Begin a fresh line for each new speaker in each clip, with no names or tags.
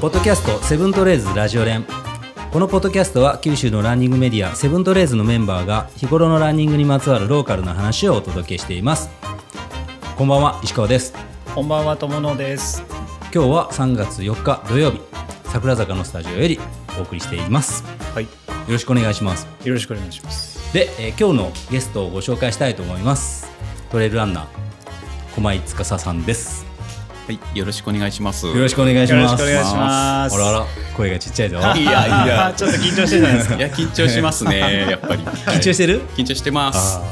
ポッドキャストセブントレーズラジオ連このポッドキャストは九州のランニングメディアセブントレーズのメンバーが日頃のランニングにまつわるローカルな話をお届けしていますこんばんは石川です
こんばんは、とものです。
今日は3月4日土曜日桜坂のスタジオよりお送りしていますよ
はい、
ろしくお願いします
よろしくお願いします。
で、えー今日のゲストをご紹介したいと思いますトレイルランナー駒井司さんです
はい、よろしくお願いします。
よろしくお願いします
よろしくお願いします、
あらあら声がちっちゃいぞ
いやいや
ちょっと緊張してたんですか。
いや緊張しますね、やっぱり。
緊張してる、
緊張してます。
あ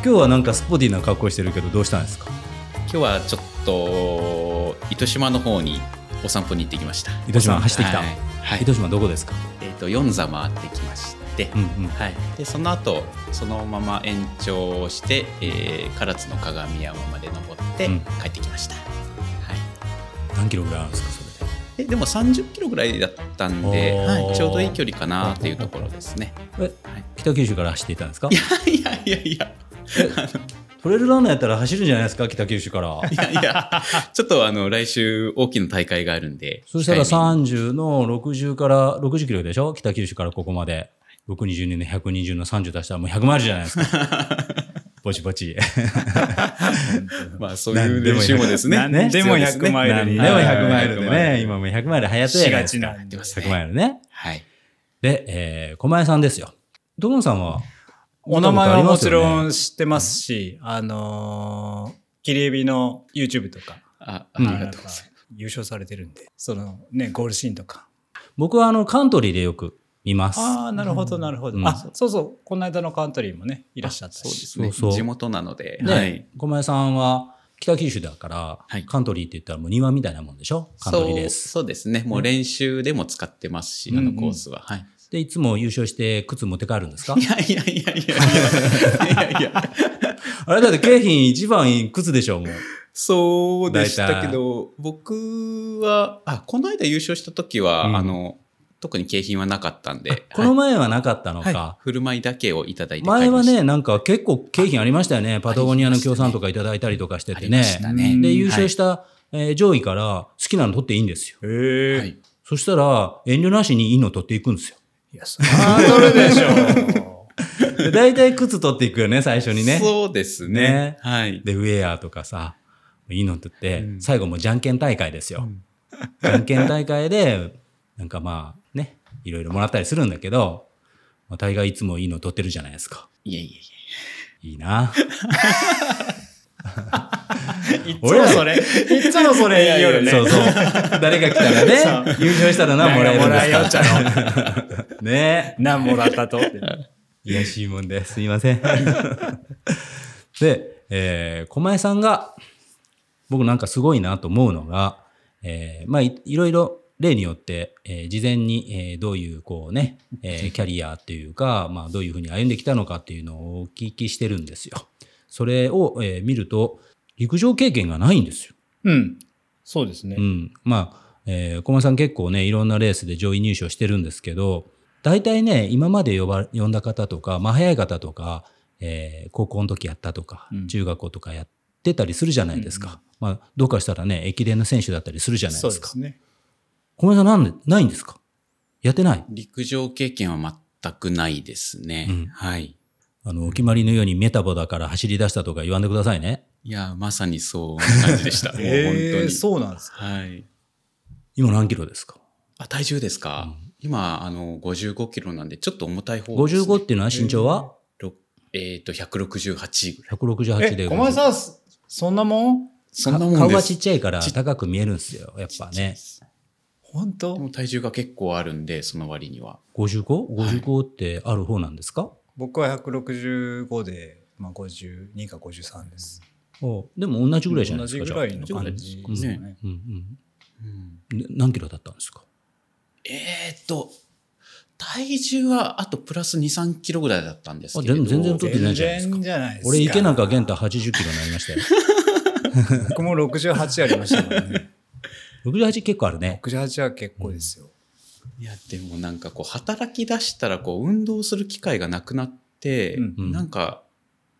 ー 今日はなんかスポディな格好してるけどどうしたんですか
今日はちょっと糸島の方にお散歩に行ってきました。
糸島走ってきた、
はい。はい
糸島どこですか
えっと四座回ってきまして
う。んうん
はい、でその後そのまま延長して、えー、唐津の鏡山まで登って
うん
帰ってきました、はい、
何キロぐらいあるんですかそれで
えでも30キロぐらいだったんで、
おー
はい、ちょうどいい距離かなっていうところですね
え
はい
北九州から走っていたんですか
いやいやいや
トレイルランナーやったら走るんじゃないですか北九州から
いやいや、ちょっとあの、来週大きな大会があるんで。
そしたら
控え
30の60から60キロでしょ北九州からここまで。620年で120の30足したらもう100マイルじゃない ですか。ぼちぼち。
めにまあ、そういう練習もですね。
なんでも100マイルに
何でも100マイルで
は
ね。
い
今もう100マイル流行ってる
し
やない
が
で
ち
すか
な。
やってます
100マ
ね。
イルね。
はい。
で、えー、狛江さんですよ。ドンさんは
お名前はもちろ
ん。
ん知ってますし、あのー、キリエビの YouTube とか、
あ、あ
う
り
ん
がとう
なん
ござ
か
います。
優勝されてるんで、そのね、ゴールシーンとか。
僕はあの、カントリーでよく見ます。
ああ、なるほど、なるほど
う。ん
あ、そうそう、この間のカントリーもね、いらっしゃった
そうで
し。
す
そう
ね。
そう
地元なので。
ね、
はい。
狛江さんは北九州だから、
はい
カントリーって言ったらもう庭みたいなもんでしょカントリーです。
そうそうですね。もう練習でも使ってますし、
うん
あのコースは。はい。
で、いつも優勝して靴持って帰るんですか
いやいやい やいやいや。いやいや。
あれだって景品一番いい靴でしょ、もう。
そうでしたけど、僕は、あ、この間優勝した時は、
うん
あの、特に景品はなかったんで。
この前はなかったのか。
はい、振る舞いだけをいただいて帰
前
りま
は
した
ね、なんか結構景品ありましたよね。パタゴニアの協賛とかいただいたりとかして
あ
て
りま
ね。
した
う
ね
ん
で、優勝
し
した、えー上位から好きなの取っていいんですよ。
へ
て、
え
はい。
そしたら、遠慮なしにいいの取っていくんですよ。
いや、それは取るでしょう。
で、大体靴取っていくよね、最初にね。
そうですね。
ね
はい。
で、ウェアとかさ、いいの取って、
うん
最後もうじゃんけん大会ですよ。
うん
じゃんけん大会で、なんかまあね、いろいろもらったりするんだけど、まあ、大概いつもいいの取ってるじゃないですか。
いえいえいえ。
いいな。
いっつもそれ、いっつもそれ言いよるね。
そうそう。誰が来たらね、優勝したらな、もらえるんです
なんかもらえよっちゃろ
か。 ね
何もらったと。
え。癒やしいもんです。すいません。 で、えー、狛江さんが、僕なんかすごいなと思うのが、えー、まあい、いろいろ例によって、えー事前に、えーどういう、こうね、えーキャリアっていうか、まあ、どういうふうに歩んできたのかっていうのをお聞きしてるんですよ。それを、えー見ると、陸上経験がないんですよ。
うん。そうですね
う。ん、まあ、えー、駒さん結構ねいろんなレースで上位入賞してるんですけど大体ね今まで呼ば呼んだ方とか、まあ、早い方とか、えー高校の時やったとか、
うん
中学校とかやってたりするじゃないですか、まあ、どうかしたらね駅伝の選手だったりするじゃないで
そう
す
で
か
すね。
駒井さんなんでないんですかやってない
陸上経験は全くないですね。
うん
はい。
あのお決まりのようにメタボだから走り出したとか言わんでくださいね
いや、まさにそうな感じで した。もう本当
え
に。
ーそうなんですか。
はい。
今何キロですか
あ、体重ですか、
うん
今、あの、55キロなんで、ちょっと重たい方です、ね。
55っていうのは身長は
ろえっ、と、168ぐらい。
168で
え、駒井さん、そんなもん
そんなもんです。
顔がちっちゃいから
ちっ
高く見えるんですよやっぱね
本当
でも体重が結構あるんで、その割には。
55?55 ってある方なんですか、
僕は165で、まあ、52か53です。
おでも同じぐらいじゃないですか。
同じ
じゃ
ぐ
あ
らいの感じですよね。
うんうん
うん
で何キロだったんですか
えーっと、体重はあとプラス2、3キロぐらいだったんですけれ
あ
ど。
全然太ってない
全
じゃないですか
然じゃないですか。
俺、池中玄太80キロになりましたよ。
僕も68ありましたからね。
68結構あるね。
68は結構ですよ。
いや、でもなんかこう、働き出したらこう、運動する機会がなくなって、
うん
うん
なんか、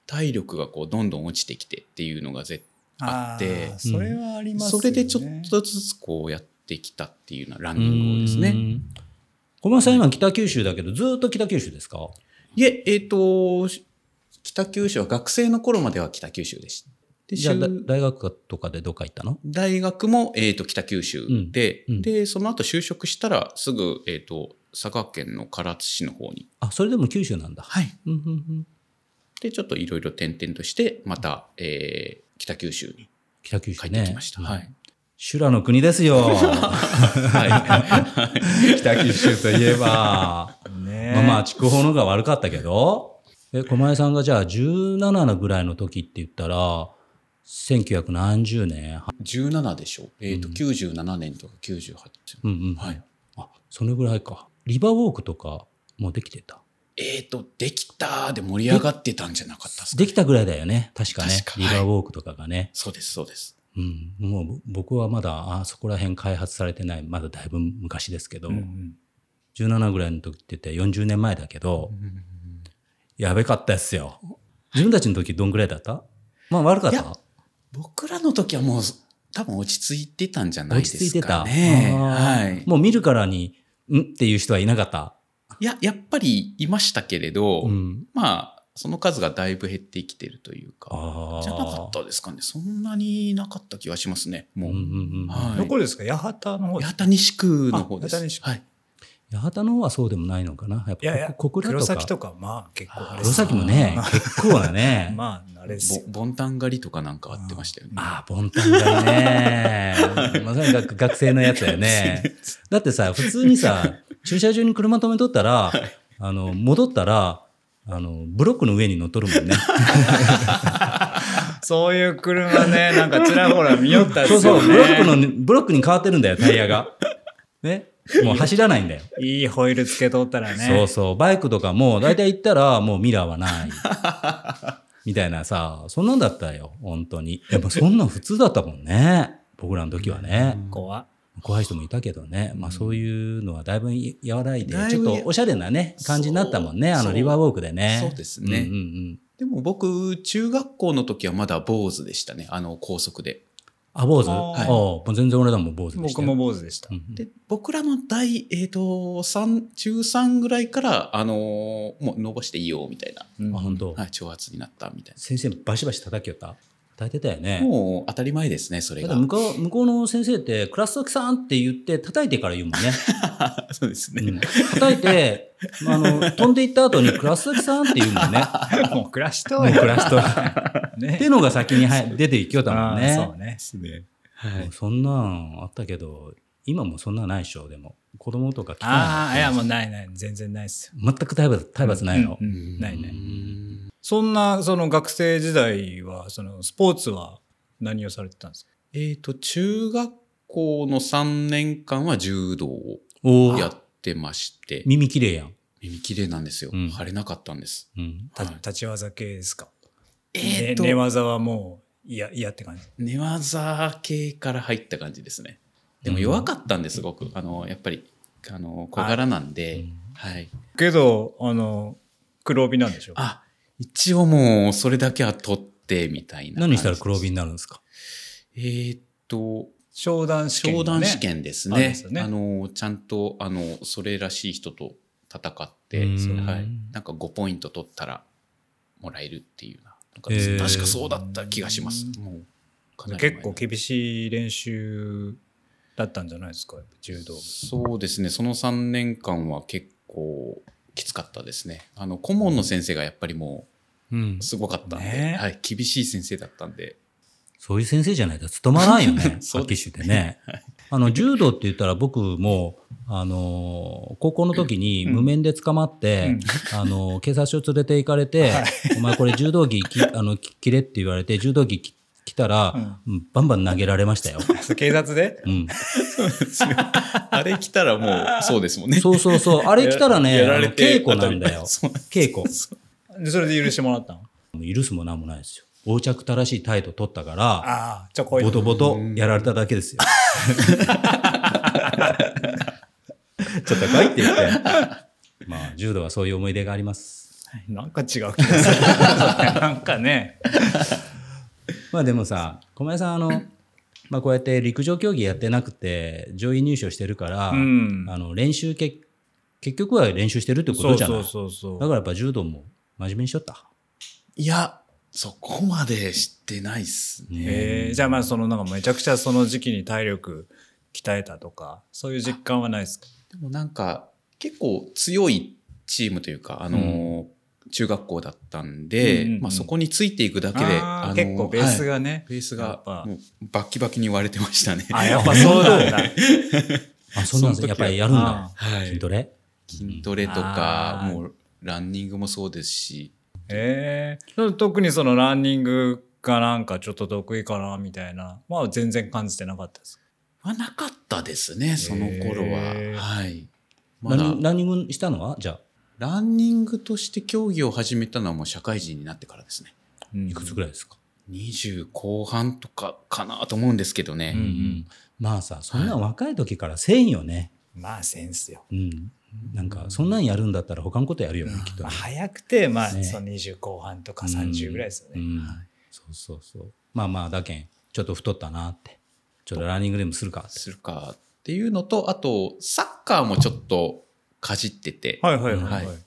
体力がこう、どんどん落ちてきてっていうのが絶
あー
あって
それはありますよ
そ
ね。
れでちょっとずつこう、やっってきたっていうようなランニングをですね。
ね。小松さん今北九州だけど、ずっと北九州ですか
いえ、えっ、と、北九州は学生の頃までは北九州でした。で
じゃあだ
就
大学とかでどっか行ったの
大学も、えっと北九州で、
うんうん
で、その後就職したらすぐ、えっと佐賀県の唐津市の方に。
あ、それでも九州なんだ。
はい。
うんうんうん
で、ちょっといろいろ転々として、また、えー北九州に
北九州
帰
ね。
ってきました。
うん
はい。
修羅の国ですよ。
はい。
北九州といえば。
ね
まあまあ、筑豊の方が悪かったけど。え、狛江さんがじゃあ17のぐらいの時って言ったら、1970年。
17でしょ。えっ、と、97年とか98
うんうん。
はい。
あ、そのぐらいか。リバーウォークとかもうできてた。
えっ、と、できたーで盛り上がってたんじゃなかったですか
できたぐらいだよね。確かね。
確か
リバーウォークとかがね。
そうです、そうです。
うん。もうぼ僕はまだ、あそこら辺開発されてない。まだだいぶ昔ですけど、17ぐらいの時って言って40年前だけど、やべかったですよ。自分たちの時どんぐらいだったまあ悪かっ
いや
た
僕らの時はもう、多分落ち着いてたんじゃないで
落ち着い
す
て
か
た。
ね。
あ
は
ー
い。
もう見るからに、んっていう人はいなかった。
いや、やっぱりいましたけれど、
うん。
まあ、その数がだいぶ減ってきてるというか、
ああ。
じゃなかったですかね。そんなになかった気はしますね。もう。
うんうんうん。
はい
どこですか八幡の方
八幡西区の方です。
あ八幡西区
はい。
八幡の方はそうでもないのかな。やっぱ
いやいや、
小倉
黒
とか。
崎とか、まあ結構あれ
黒崎もね、結構だね。
まあ、あれですよ。
ボボンタン狩りとかなんかあってましたよね。
ああ、ボンタンだね。まさに学学生のやつだよ ね。だってさ、普通にさ、駐車場に車止めとったら、あの、戻ったら、あの、ブロックの上に乗っとるもんね。
そういう車ね、なんかちらほら見よったんで
そう
すよ
そ
ね。
う、ブロックの、ブロックに変わってるんだよ、タイヤが。 ね。もう走らないんだよ。
いいホイールつけとったらね。
そうそう、バイクとかも、だいたい行ったら、もうミラーはない。みたいなさ、そんなんだったよ、本当に。やっぱそんなん普通だったもんね。僕らの時はね。
怖っ
怖い人もいたけどね、まあそういうのはだいぶ和らいで、
だい
ちょ
ぶ
っとおしゃれなね、感じになったもんね、
そ
あ
う
のリバーウォークでね。
そうです
う
ね
んうんうん。
でも僕、中学校の時はまだ坊主でしたね。あの、高速で。
あ、坊主
あー
ああ、もう全然俺らも坊主でした
僕
よ。
も坊主でした
う。ん。
で、僕らの大、えっ、と、三、中3ぐらいから、あのーもう伸ばしていいよ、みたいな。
うん
あ、本当。
はい、挑発になった、みたい
先生バシバシ叩きよった叩いてたよね。
な。もう当たり前ですね、それ
た
が
だ。向こう、向こうの先生って、クラス先さんって言って叩いてから言うもんね。
そうですね。
うん叩いて、まああの、飛んでいった後にクラス先さんって言うもん ね。
もう暮らしと
も
は
う
よ
クラスと。っ
ね
ていうのが先にはい出ていきよったもん
あーそうね。
ですね。
もうそんなんあったけど、今もそんなんないでしょ、でも。子供とか来て
あ
な
あ、
い
いや、もうないない。全然ないっすよ。
全く体罰体罰ないの。
うんうんないね。
うん
そんな、その学生時代は、そのスポーツは何をされてたんですか
えっ、と、中学校の3年間は柔道を
おお
やってまして、
耳きれいやん。
耳綺麗なんですよ。
うん
腫れなかったんです。
うん。
た
はい
立ち技系ですか
えっ、
ね
と、
寝技はもう嫌、嫌って感じ。
寝技系から入った感じですね。でも弱かったんです、すごく。あの、やっぱり、あの、小柄なんで、はい。
けど、あの、黒帯なんでしょ
あ、一応もう、それだけは取って、みたいな
何
感じです。
したら黒帯になるんですか
えーっと、
商談試験、ね。
商談試験です
あるん
ね。
ですよね
あの、ちゃんと、あの、それらしい人と戦って、
うん
それはい。なんか5ポイント取ったら、もらえるっていうような。なんかです
へー
確かそうだった気がします。もうかなり前
結構厳しい練習だったんじゃないですか、柔 道。
そうですね、その3年間は結構きつかったですね。あの、顧問の先生がやっぱりも
うん
う。すごかったんで、
ね
はい、厳しい先生だったんで、
そういう先生じゃないと務まらんよ ね。
そう
秋
で
州でね。あの、柔道って言ったら僕も、あのー高校の時に無免で捕まって、あのー警察署連れて行かれて、お前これ柔道着き、 あの、き着れって言われて、柔道着き着たら、うんバンバン投げられましたよ。
警察で
うん。
あれ来たらもうそうです もんね。
そうそう そう。あれ来たらね、あの稽古なんだよ。
そう
稽古。
でそれで許してもらったの
もう許すもなんもないですよ。横着正しい態度取ったから、
ああ、ちょこい
ボトボトやられただけですよ。ちょっと来いって言って。まあ、柔道はそういう思い出があります。
なんか違う気がする。なんかね。
まあでもさ、小林さん、あの、まあ、こうやって陸上競技やってなくて上位入賞してるから、
うん
あの練習け結局は練習してるってことじゃない
そうそう
だ
そう
からやっぱ柔道も真面目にしちゃった。
いや、そこまで知ってないっすね。
へえじゃあまあそのなんかめちゃくちゃその時期に体力鍛えたとかそういう実感はないですか
でもなんか、結構強いチームというか、あのー中学校だったん
う
で、
んうんうん
まあ、そこについていくだけで、
あー
のー
結構ベース
はい
がね、
ベース
や
が
っぱ
もうバッキバキに言われてましたね。
あやっぱそうなんだ
あ、そんなん
そ
や
の時は
っぱりやるんだ
あ。
は
筋
い、
トレ
筋トレとか
あ、ー
もうランニングもそうですし、
へえ特にそのランニングがなんかちょっと得意かなみたいなまあ全然感じてなかったです
はなかったですね、その頃は
へー。
はい。ま
ランニ
だ
ングランニングしたのはじゃあ、
ランニングとして競技を始めたのはもう社会人になってからですね。
いくつぐらいですか、
20後半とかかなと思うんですけど
うんう
ね。
んまあさ、そんな若い時からせんよね。
まあセンスよ
うん。なんか、そんなんやるんだったら他のことやるよね、きっと
まあ、
ね。
早くて、まあ、
ね
その20後半とか30ぐらいですよ
う
ね。
んそうそうそう。まあまあ、だけん、ちょっと太ったなって。ちょっとランニングでもするかって。
するかっていうのと、あと、サッカーもちょっとかじってて、
はいはい
はいはい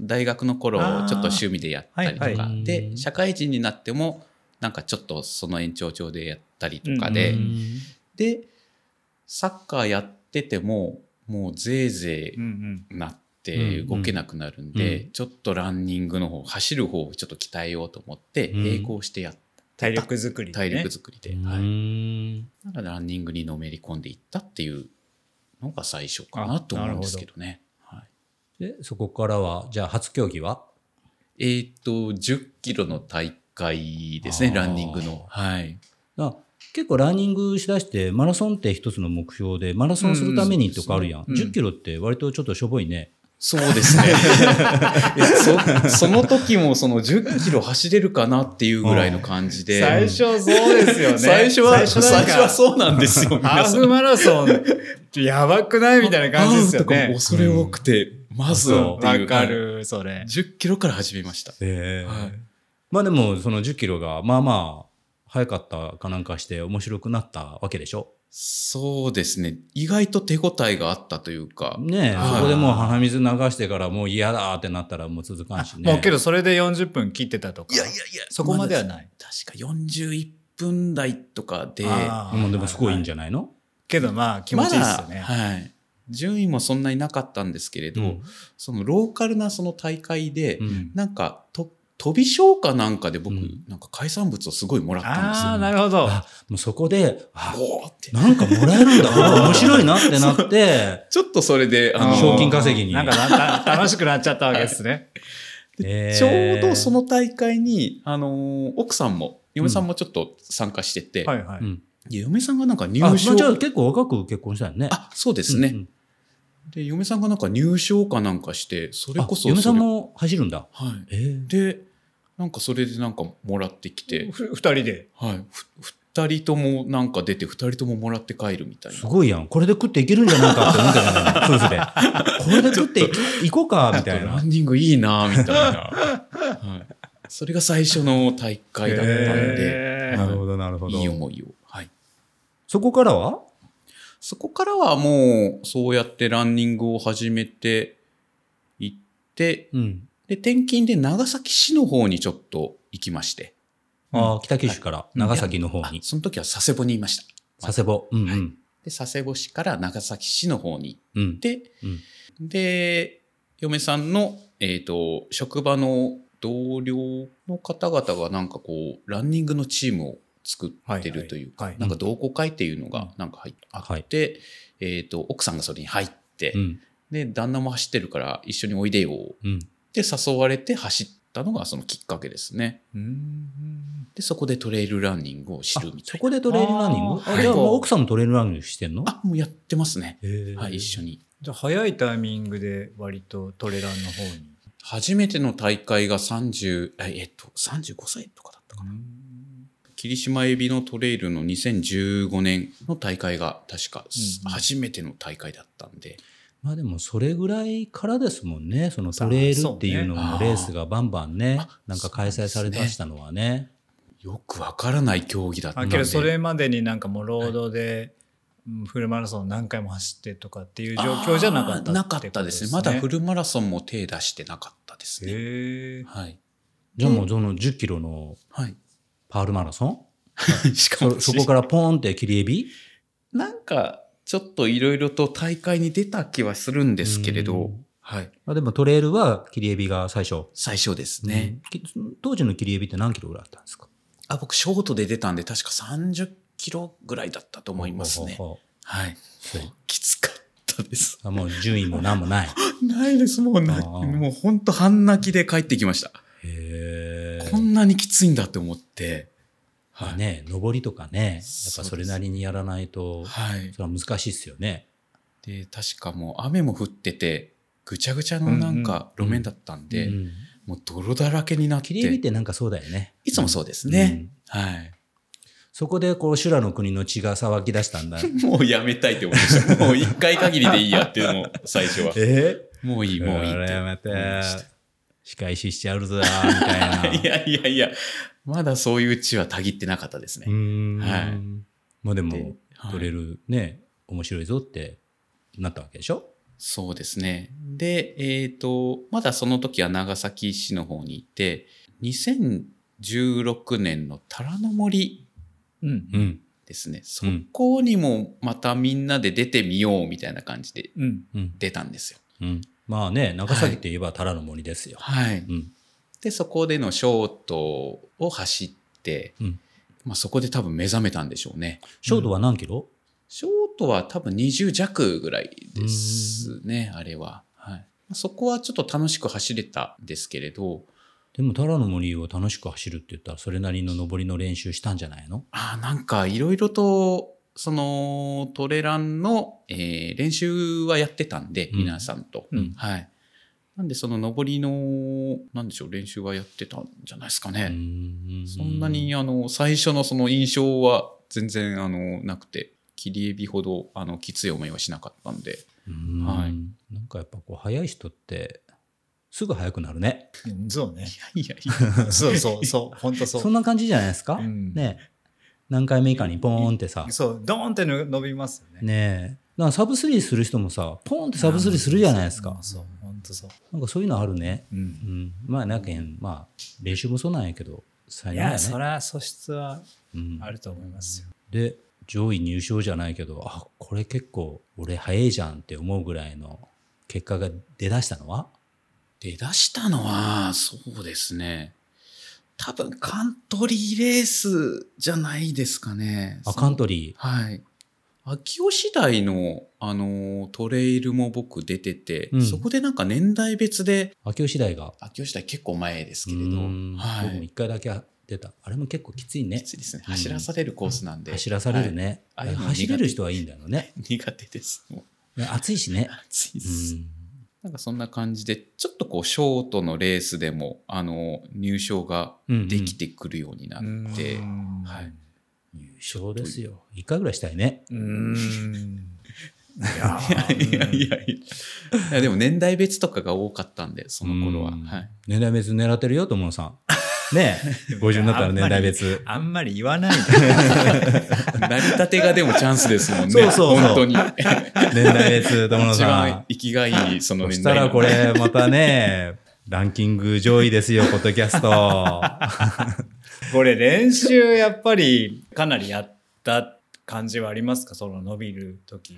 大学の頃、ちょ
あー
っと趣味でやったりとか、
はいはい
で、社会人になっても、なんかちょっとその延長上でやったりとか
え
で、
うん
で、サッカーやってても、もうぜいぜ
うんうん。
いなって動けなくなるんで、
うんう
ちょっとランニングの方、走る方をちょっと鍛えようと思って、
うん
並行してやっ
体力作り、ね。
体力作りで、
うん
はい
うん
なのでランニングにのめり込んでいったっていうのが最初かなと思うんですけどね。はい、
で、そこからは、じゃあ、初競技は
えーっ、と、10キロの大会ですね、
あー
ランニングの。はい。
あ結構ランニングしだしてマラソンって一つの目標でマラソンするためにとかあるやん、
うん
1 0キロって割とちょっとしょぼいね、
そうですね。 いやそその時もその10キロ走れるかなっていうぐらいの感じで。
最初そうですよね。
最初は、最初
なんか
はそうなんで すよ、
ハ
皆
ー
さ
フ
ん。
マラソン、やばくないみたいな感じですよ
合うとか
ね。
恐れ多くて、まずは
そ
っ
う、
ていう
わか。る、それ。
10キロから始めました。はい
まあでもその1 0キロがまあまあ早かったかなんかして面白くなったわけでしょ
そうですね。意外と手応えがあったというか。
ねえ
はい
そこでもう鼻水流してからもう嫌だってなったらもう続かんしね
もうけど、それで40分切ってたとか。
いやいやいや、
そこまではない。
確か41分台とかで、
あー
うんでもすごいいいん
は
じゃないの、
けど、まあ、気持ちいいですよね。
まだはい。順位もそんなになかったんですけれど、
うん
そのローカルなその大会で、
うん
なんかと、飛び賞かなんかで僕、
うん
なんか海産物をすごいもらったんです
あ
よ。
あ、なるほど。
あもうそこであ
おーって。
なんかもらえるんだ面白いなってなって
ちょっとそれ で、あの、
賞金稼ぎに
なんかなた楽しくなっちゃったわけですね。
えー
ちょうどその大会に、あのー奥さんも、嫁さんもちょっと参加してて、
はいはい。
うん
で嫁さんがなんか入
あまあ
賞
じゃあ結構若く結婚したよね
あそうですね、
うんうん
で、嫁さんがなんか入賞かなんかして、それこそそれ
あ嫁さんも走るんだ。
はい。
えー
で、なんかそれでなんかもらってきて、
ふ二人で。
はい。ふ二人ともなんか出て、二人とももらって帰るみたい
す
な。
ごいやん。これで食っていけるんじゃないかって思って たよね、夫婦で。これで食っていいこうか、みたい
ラ
な。
ンニングいいなみたい な。はい。それが最初の大会だったんで、
へー
なるほ
ど、なるほ
いい思いを。はい。
そこからは
そこからはもう、そうやってランニングを始めていって、
うん。
で、転勤で長崎市の方にちょっと行きまして、
あー北九州から長崎の方
あ
に。
その時は佐世保にいました。
佐世保。うんうん。
で、佐世保市から長崎市の方に行
う
っ
ん。
で、で、嫁さんの、えっ、と、職場の同僚の方々がなんかこう、ランニングのチームを作ってるというか、
はいはい
なんか同好会っていうのがなんか入っ
は
あ
い
って、えっ、と、奥さんがそれに入って、
うん。
で、旦那も走ってるから一緒においでよっ
うん。
て誘われて走ったのがそのきっかけですね。
うん
で、そこでトレイルランニングを知
あ
るみた
そ
いな。
こでトレイルランニン
あ
グ
ー
あじゃあ
はい
もう奥さんもトレイルランニングしてんの
あ、もうやってますね。
は
はい、一緒
に。
に。
じゃあ早いタイミングで割とトレランの方に。
初めての大会が30、あえっと、35歳とかだったかな。霧島エビのトレイルの2015年の大会が確か
うんうん
初めての大会だったんで、
まあでもそれぐらいからですもんね。そのトレイルっていうの
そう
も
ね
レースがバンバンね
あ、
なんか開催されだしたのはね。
よくわからない競技だった
あ
ん
け
で
どそれまでになんかもう労働で、うんフルマラソン何回も走ってとかっていう状況じゃなかった
あーなかったですねまだフルマラソンも手出してなかったですね、
へえ
はい
じゃあもうその10キロの
はい
パールマラソン
しかも
そそこからポーンって切りエビ
なんかちょっといろいろと大会に出た気はするんですけれ
う
ど
ん
はい
あでもトレイルは切りエビが最初。
最初ですね、
うん。き当時の切りエビって何キロぐらいあったんですか
あ僕ショートで出たんで確か30キロぐらいだったと思います
ほ
ね
うほうほ
はいきつかったです
うあもう順位も何も ない。
ないです。もうな、
あー
もうほんと半泣きで帰ってきました。
へ
こんなにきついんだって思って。
ま
は
あ
い。
ね、上りとかね、やっぱ
そうです
それなりにやらないと、
はい。
それは難しいっすよね。
で、確かもう雨も降ってて、ぐちゃぐちゃのなんか
うんうん
路面だったんで、
うん
もう泥だらけになって。
切りエビってなんかそうだよね。
いつもそうです
う
ね。
ん
はい。
そこでこう修羅の国の血が騒ぎ出したんだ。。
もうやめたいって思いました。もう一回限りでいいやっていうのを最初は
え
もういい、
も
も
う
ういいって
やめて
思いました。
仕返ししちゃうぞ、みたいな。
いやいやいや、まだそういう血はたぎってなかったです
う
ね。
ん。
はい
まあでも、
ではい
取れるね、面白いぞってなったわけでしょ
そうですね。で、えっ、と、まだその時は長崎市の方にいて、2016年の虎の森
うん
うん。
ですね。そ
うん
こにもまたみんなで出てみようみたいな感じで
うん
うん。
出たんですよ。
うん。まあね、長崎って言えばタラの森ですよ。
はい。
うん。
で、そこでのショートを走って、
うん
まあそこで多分目覚めたんでしょうね。
ショートは何キロ
ショートは多分20弱ぐらいですね、あれは。はい。そこはちょっと楽しく走れたんですけれど、
でも、タラの森を楽しく走るって言ったら、それなりの上りの練習したんじゃないの
ああ、なんかいろいろと、そのトレランの、えー練習はやってたんで、
うん
皆さんと。
うん
はい。なんでその上りの、なんでしょう、練習はやってたんじゃないですか
う
ね。
ん
そんなに、あの、最初のその印象は全然、あの、なくて、切りエビほど、あの、きつい思いはしなかったんで。
うん
はい
なんかやっぱこう、速い人って、すぐ速くなるね。
うんそうね
いやい やいや。
そうそうそう本当そ。
そうんな感じじゃないですか、
うん
ね。何回目以下にポーンってさ。
そう、ドーンって伸びますよね。
ねえ。だからサブスリーする人もさ、ポーンってサブスリーするじゃないです
う
か
ん。そう、本当そう。
なんかそういうのあるね。
う。
うんん。まあ、なんかん、まあ、練習もそうなんやけど、才
い
能やね
や、。そりゃ素質は
うん
あると思いますよ。
で上位入賞じゃないけどあこれ結構俺早いじゃんって思うぐらいの結果が出だしたのは
出だしたのは、そうですね。多分、カントリーレースじゃないですかね。
あカントリ
はい。秋吉台の、あのートレイルも僕出てて、
うん
そこでなんか年代別で、
ー秋吉台が
秋吉台結構前ですけれど、
うん
は
僕も
い。
1回だけ出たあれも結構きついね
きついですね。
うん
走らされるコースなんで。
走らされるね、
はいああいうの
走れる人はいいんだろうね
はい。苦手です。もう
暑いし ね、
暑いです。
うん、
なんかそんな感じで、ちょっとこう、ショートのレースでも、あのー入賞ができてくるようになって、
うん
はい。
優勝ですよ1回ぐらいしたいね
うん。
いやいやいや。いやでも年代別とかが多かったんで、その頃は。
うん
はい。
年代別狙ってるよ友野 さんねえ50になったら年代別
あんまり言わないで。
成り立てがでもチャンスですもんね。
そうそうそう
本当に。
年代 別友野
一
さん
番生きがいい、その
そし
年
た
代の。
らこれまたね、ランキング上位ですよ、ポッドキャス ト。
これ練習やっぱりかなりやった感じはありますかその伸びる時。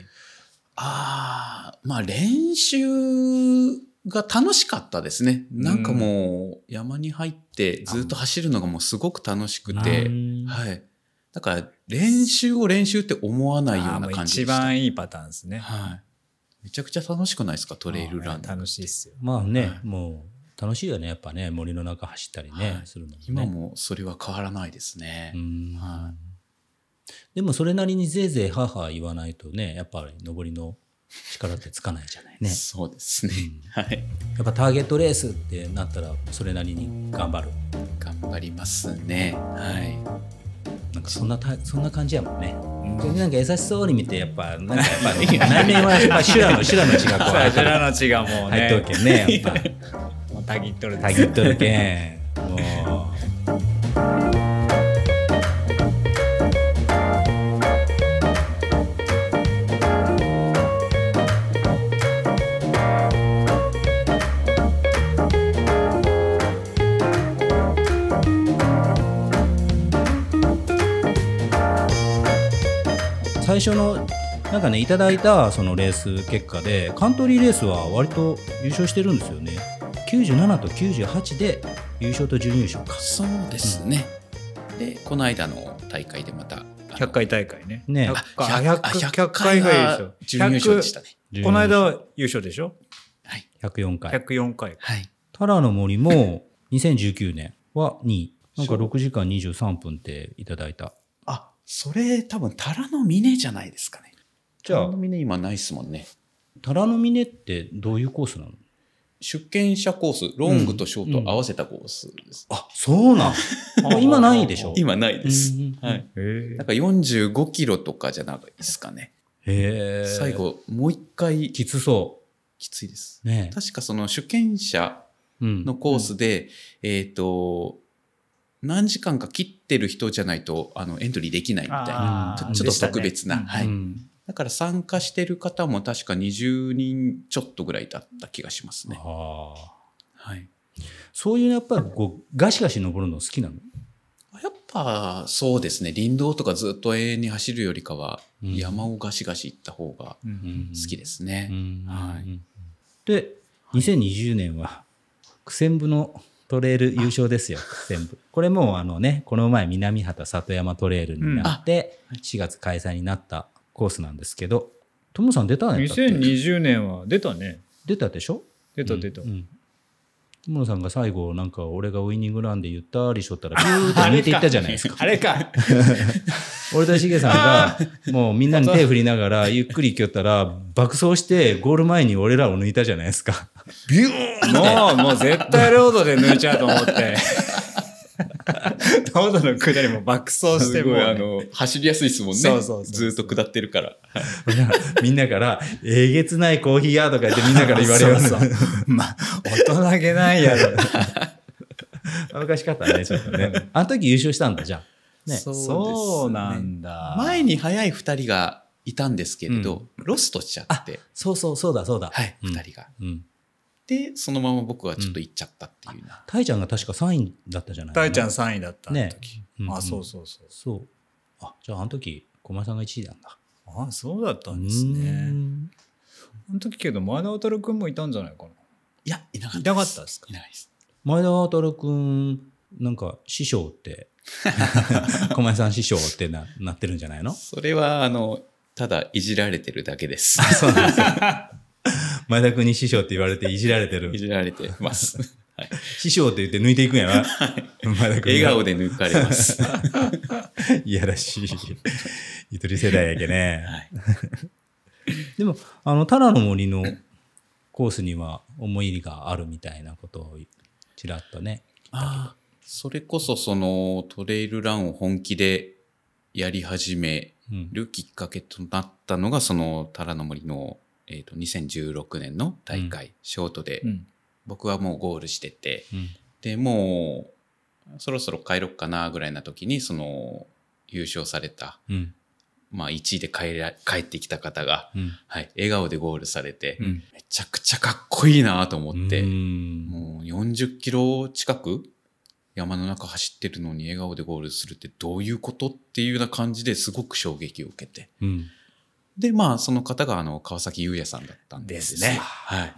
ああ、まあ練習が楽しかったですね。なんかもう山に入ってずっと走るのがもうすごく楽しくて。はい。だから練習を練習って思わないような感じでし
あーもう一
た。
番いいパターンですね。
はい。めちゃくちゃ楽しくないですか、トレイルラン
あー
ナー
楽しいっすよ。
まあ
は
ね
い、
もう楽しいよね、やっぱね、森の中走ったりね
は、い
するのもね。
今もそれは変わらないですね。
うん
は
でもそれなりにぜいぜいはーはー言わないとね、やっぱり上りの力ってつかないじゃないね。
そうですね。はい。
やっぱターゲットレースってなったら、それなりに頑張る。
頑張りますね。は
なんかそんなたそんな感じやもんね。
うん
なんか優しそうに見て、やっぱ、なんかやっぱ、内面はやっぱ修羅 の、修羅の血がこう
さあ、ジェラの血がもう
入っとる
ね、
けんね、やっぱ。
もうたぎっとるです
たぎっとるけん。もう。最初のなんかねいただいたそのレース結果でカントリーレースは割と優勝してるんですよね97と98で優勝と準優勝か
そうですね。で、この間の大会でまた。
100回大会ね。
ね
100回。
あ
100, 100回が優勝。
準優勝でしたね。
100この間は優勝でしょ
104回
?104 回。
はい。
タラの森 も2019年は2位なんか6時間23分っていただいた
あ、それ多分、タラの峰じゃないですかね。
じゃあ
タラの峰今ないっすもんね。
タラの峰ってどういうコースなの
出権者コース、ロングとショート合わせたコースです。
あそうなん今ないでしょ
今ないです。
うん
はい。
へー
なんか45キロとかじゃないですかね。
へえ
最後、もう一回
き
き
つそ
ついです。
うね
確かその主権者
うん
のコースで、えっ、と、何時間か切ってる人じゃないと、あの、エントリーできないみたいな。
あー
ちょちょっと特別な。
でしたね
はい、
うん
だから参加してる方も確か20人ちょっとぐらいだった気がしますね。
ああ
はい。
そういうやっぱりこうガシガシ登るの好きなの
やっぱそうですね。林道とかずっと永遠に走るよりかは、
うん
山をガシガシ行った方が
うん
うん。
好きですね。はい
で、2020年は、苦戦部のトレイル優勝ですよ、苦戦部。これもうあのね、この前、南畑里山トレイルになって、4月開催になったコースなんですけど、トムさん出たんやったっけ
2020年は出たね。
出たでしょ
出た出た。
うんトムさんが最後、なんか俺がウイニングランで言ったりしょった ら、ビューって抜いていったじゃない ですか。
あれか。
俺としげさんが、もうみんなに手振りながら、ゆっくり行きよったら、爆走して、ゴール前に俺らを抜いたじゃないですか。
ビューンもう、もう絶対ロードで抜いちゃうと思って。 ロードの下りも爆走して
す
もう
ごいあ
ね、
の、走りやすいですもんね。
そうそうそうそう
ずっと下ってるから。
みんなから、えげつないコーヒー屋とか言ってみんなから言われる
そうそう まあ、大人げないや ろ。
恥ずかしかったね、ちょっとね。あの時優勝したんだ、じゃあ。ね。
そうですね
そうなんだ。
前に速い2人がいたんですけれど、ロストしちゃって、
そうそう、そうだ、そうだ。
はい、
うん
2人が。
うん。
で、そのまま僕はちょっと行っちゃったっていうような。
タイちゃんが確か3位だったじゃない
大ちゃん3位だったあの
ね
時。
うん
あ、そうそうそう。
そう。あ、じゃああの時、小前さんが1位なんだ。
あ、そうだったんです
う
ね。
ん
あの時けど、前田渡君もいたんじゃないか
いや、いなか
な。
っ
い
た
な
で
か
す。
ったですか
いないです。
前田渡君、なんか、師匠 って、小前さん師匠ってななってるんじゃないの
それは、あの、ただいじられてるだけです。
そうなんですよ。前田君に師匠って言われていじられてる
い。じられてます。はい、
師匠って言って抜いていくんやな。前田君
笑
が。
顔で抜かれます。はい
やらしい。ゆとり世代やけね。
い、
でも、あの、タラの森のコースには思い入れがあるみたいなことをちらっとね。
あそれこそ、その、トレイルランを本気でやり始め
うん。
るきっかけとなったのが、その、タラの森の、えっ、と、2016年の大会、ショートで、
うん。
僕はもうゴールしてて、
うん
でもうそろそろ帰ろっかなぐらいな時にその優勝された、
うん。
まあ、1位で帰ら帰ってきた方が、
うん。
はい、笑顔でゴールされて、
うん
めちゃくちゃかっこいいなと思って、
うん
もう40キロ近く山の中走ってるのに笑顔でゴールするってどういうことっていうような感じですごく衝撃を受けて
うん。
でまあその方があの川崎優也さんだったんです
ですね
はい、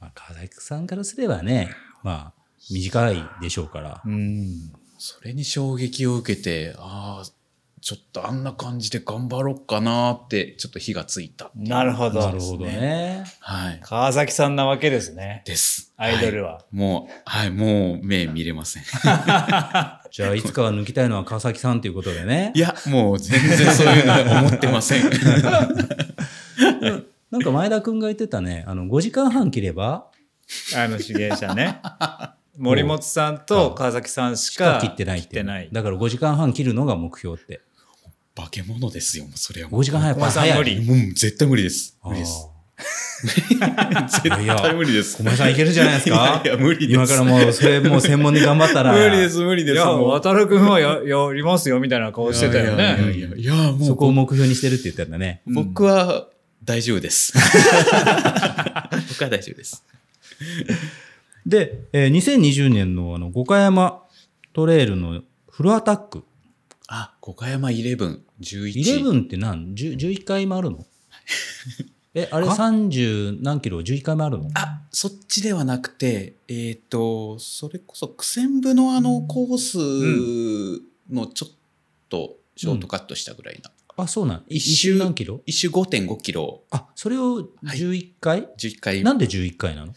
まあ、川崎さんからすればね、まあ、短いでしょうから。
うん。
それに衝撃を受けて、ああ、ちょっとあんな感じで頑張ろうかなって、ちょっと火がついた。
なるほど。
なるほど。ね。
はい。
川崎さんなわけですね。
です。
アイドル
は
は。
いもう、はい、もう目見れません。
じゃあ、いつかは抜きたいのは川崎さんということでね
い。や、もう全然そういうのは思ってません。
なんか前田君が言ってたね、あの、5時間半切れば、
あの手芸者ね。森本さんと川崎さんしか
切ってないっていう。
切ない
だから5時間半切るのが目標って。
化け物ですよ、もうそれはもう。
5時間半やっぱ
小前さん
早
無
い
理。
もう絶対無理です。
あ
無理です。
ー
絶対 無理です。
小前さんいけるじゃないですか
いや、無理です。
今からもう、それもう専門に頑張ったら。
無理です、無理で
い
す。
や、
もう
渡る君はや やりますよみたいな顔してたよ
いやいや
ね。
いやいや、いやもう
そこを目標にしてるって言ったんだね。
僕は大丈夫 です。僕は大丈夫です。
で、えー2020年のあの、五箇山トレイルのフルアタック。
あ、五箇山イレブン、11。
イレブンって何10 ?11 回もあるのえ、あれ
あ
30何キロ11回もあるの
あ、そっちではなくて、えっ、と、それこそ苦戦部のあのコースのちょっとショートカットしたぐらいな。
あ、そうなん。一
一
周
周
何キロ
一周5.5キロ、
あ、それを11回、
11回。
なんで11回なの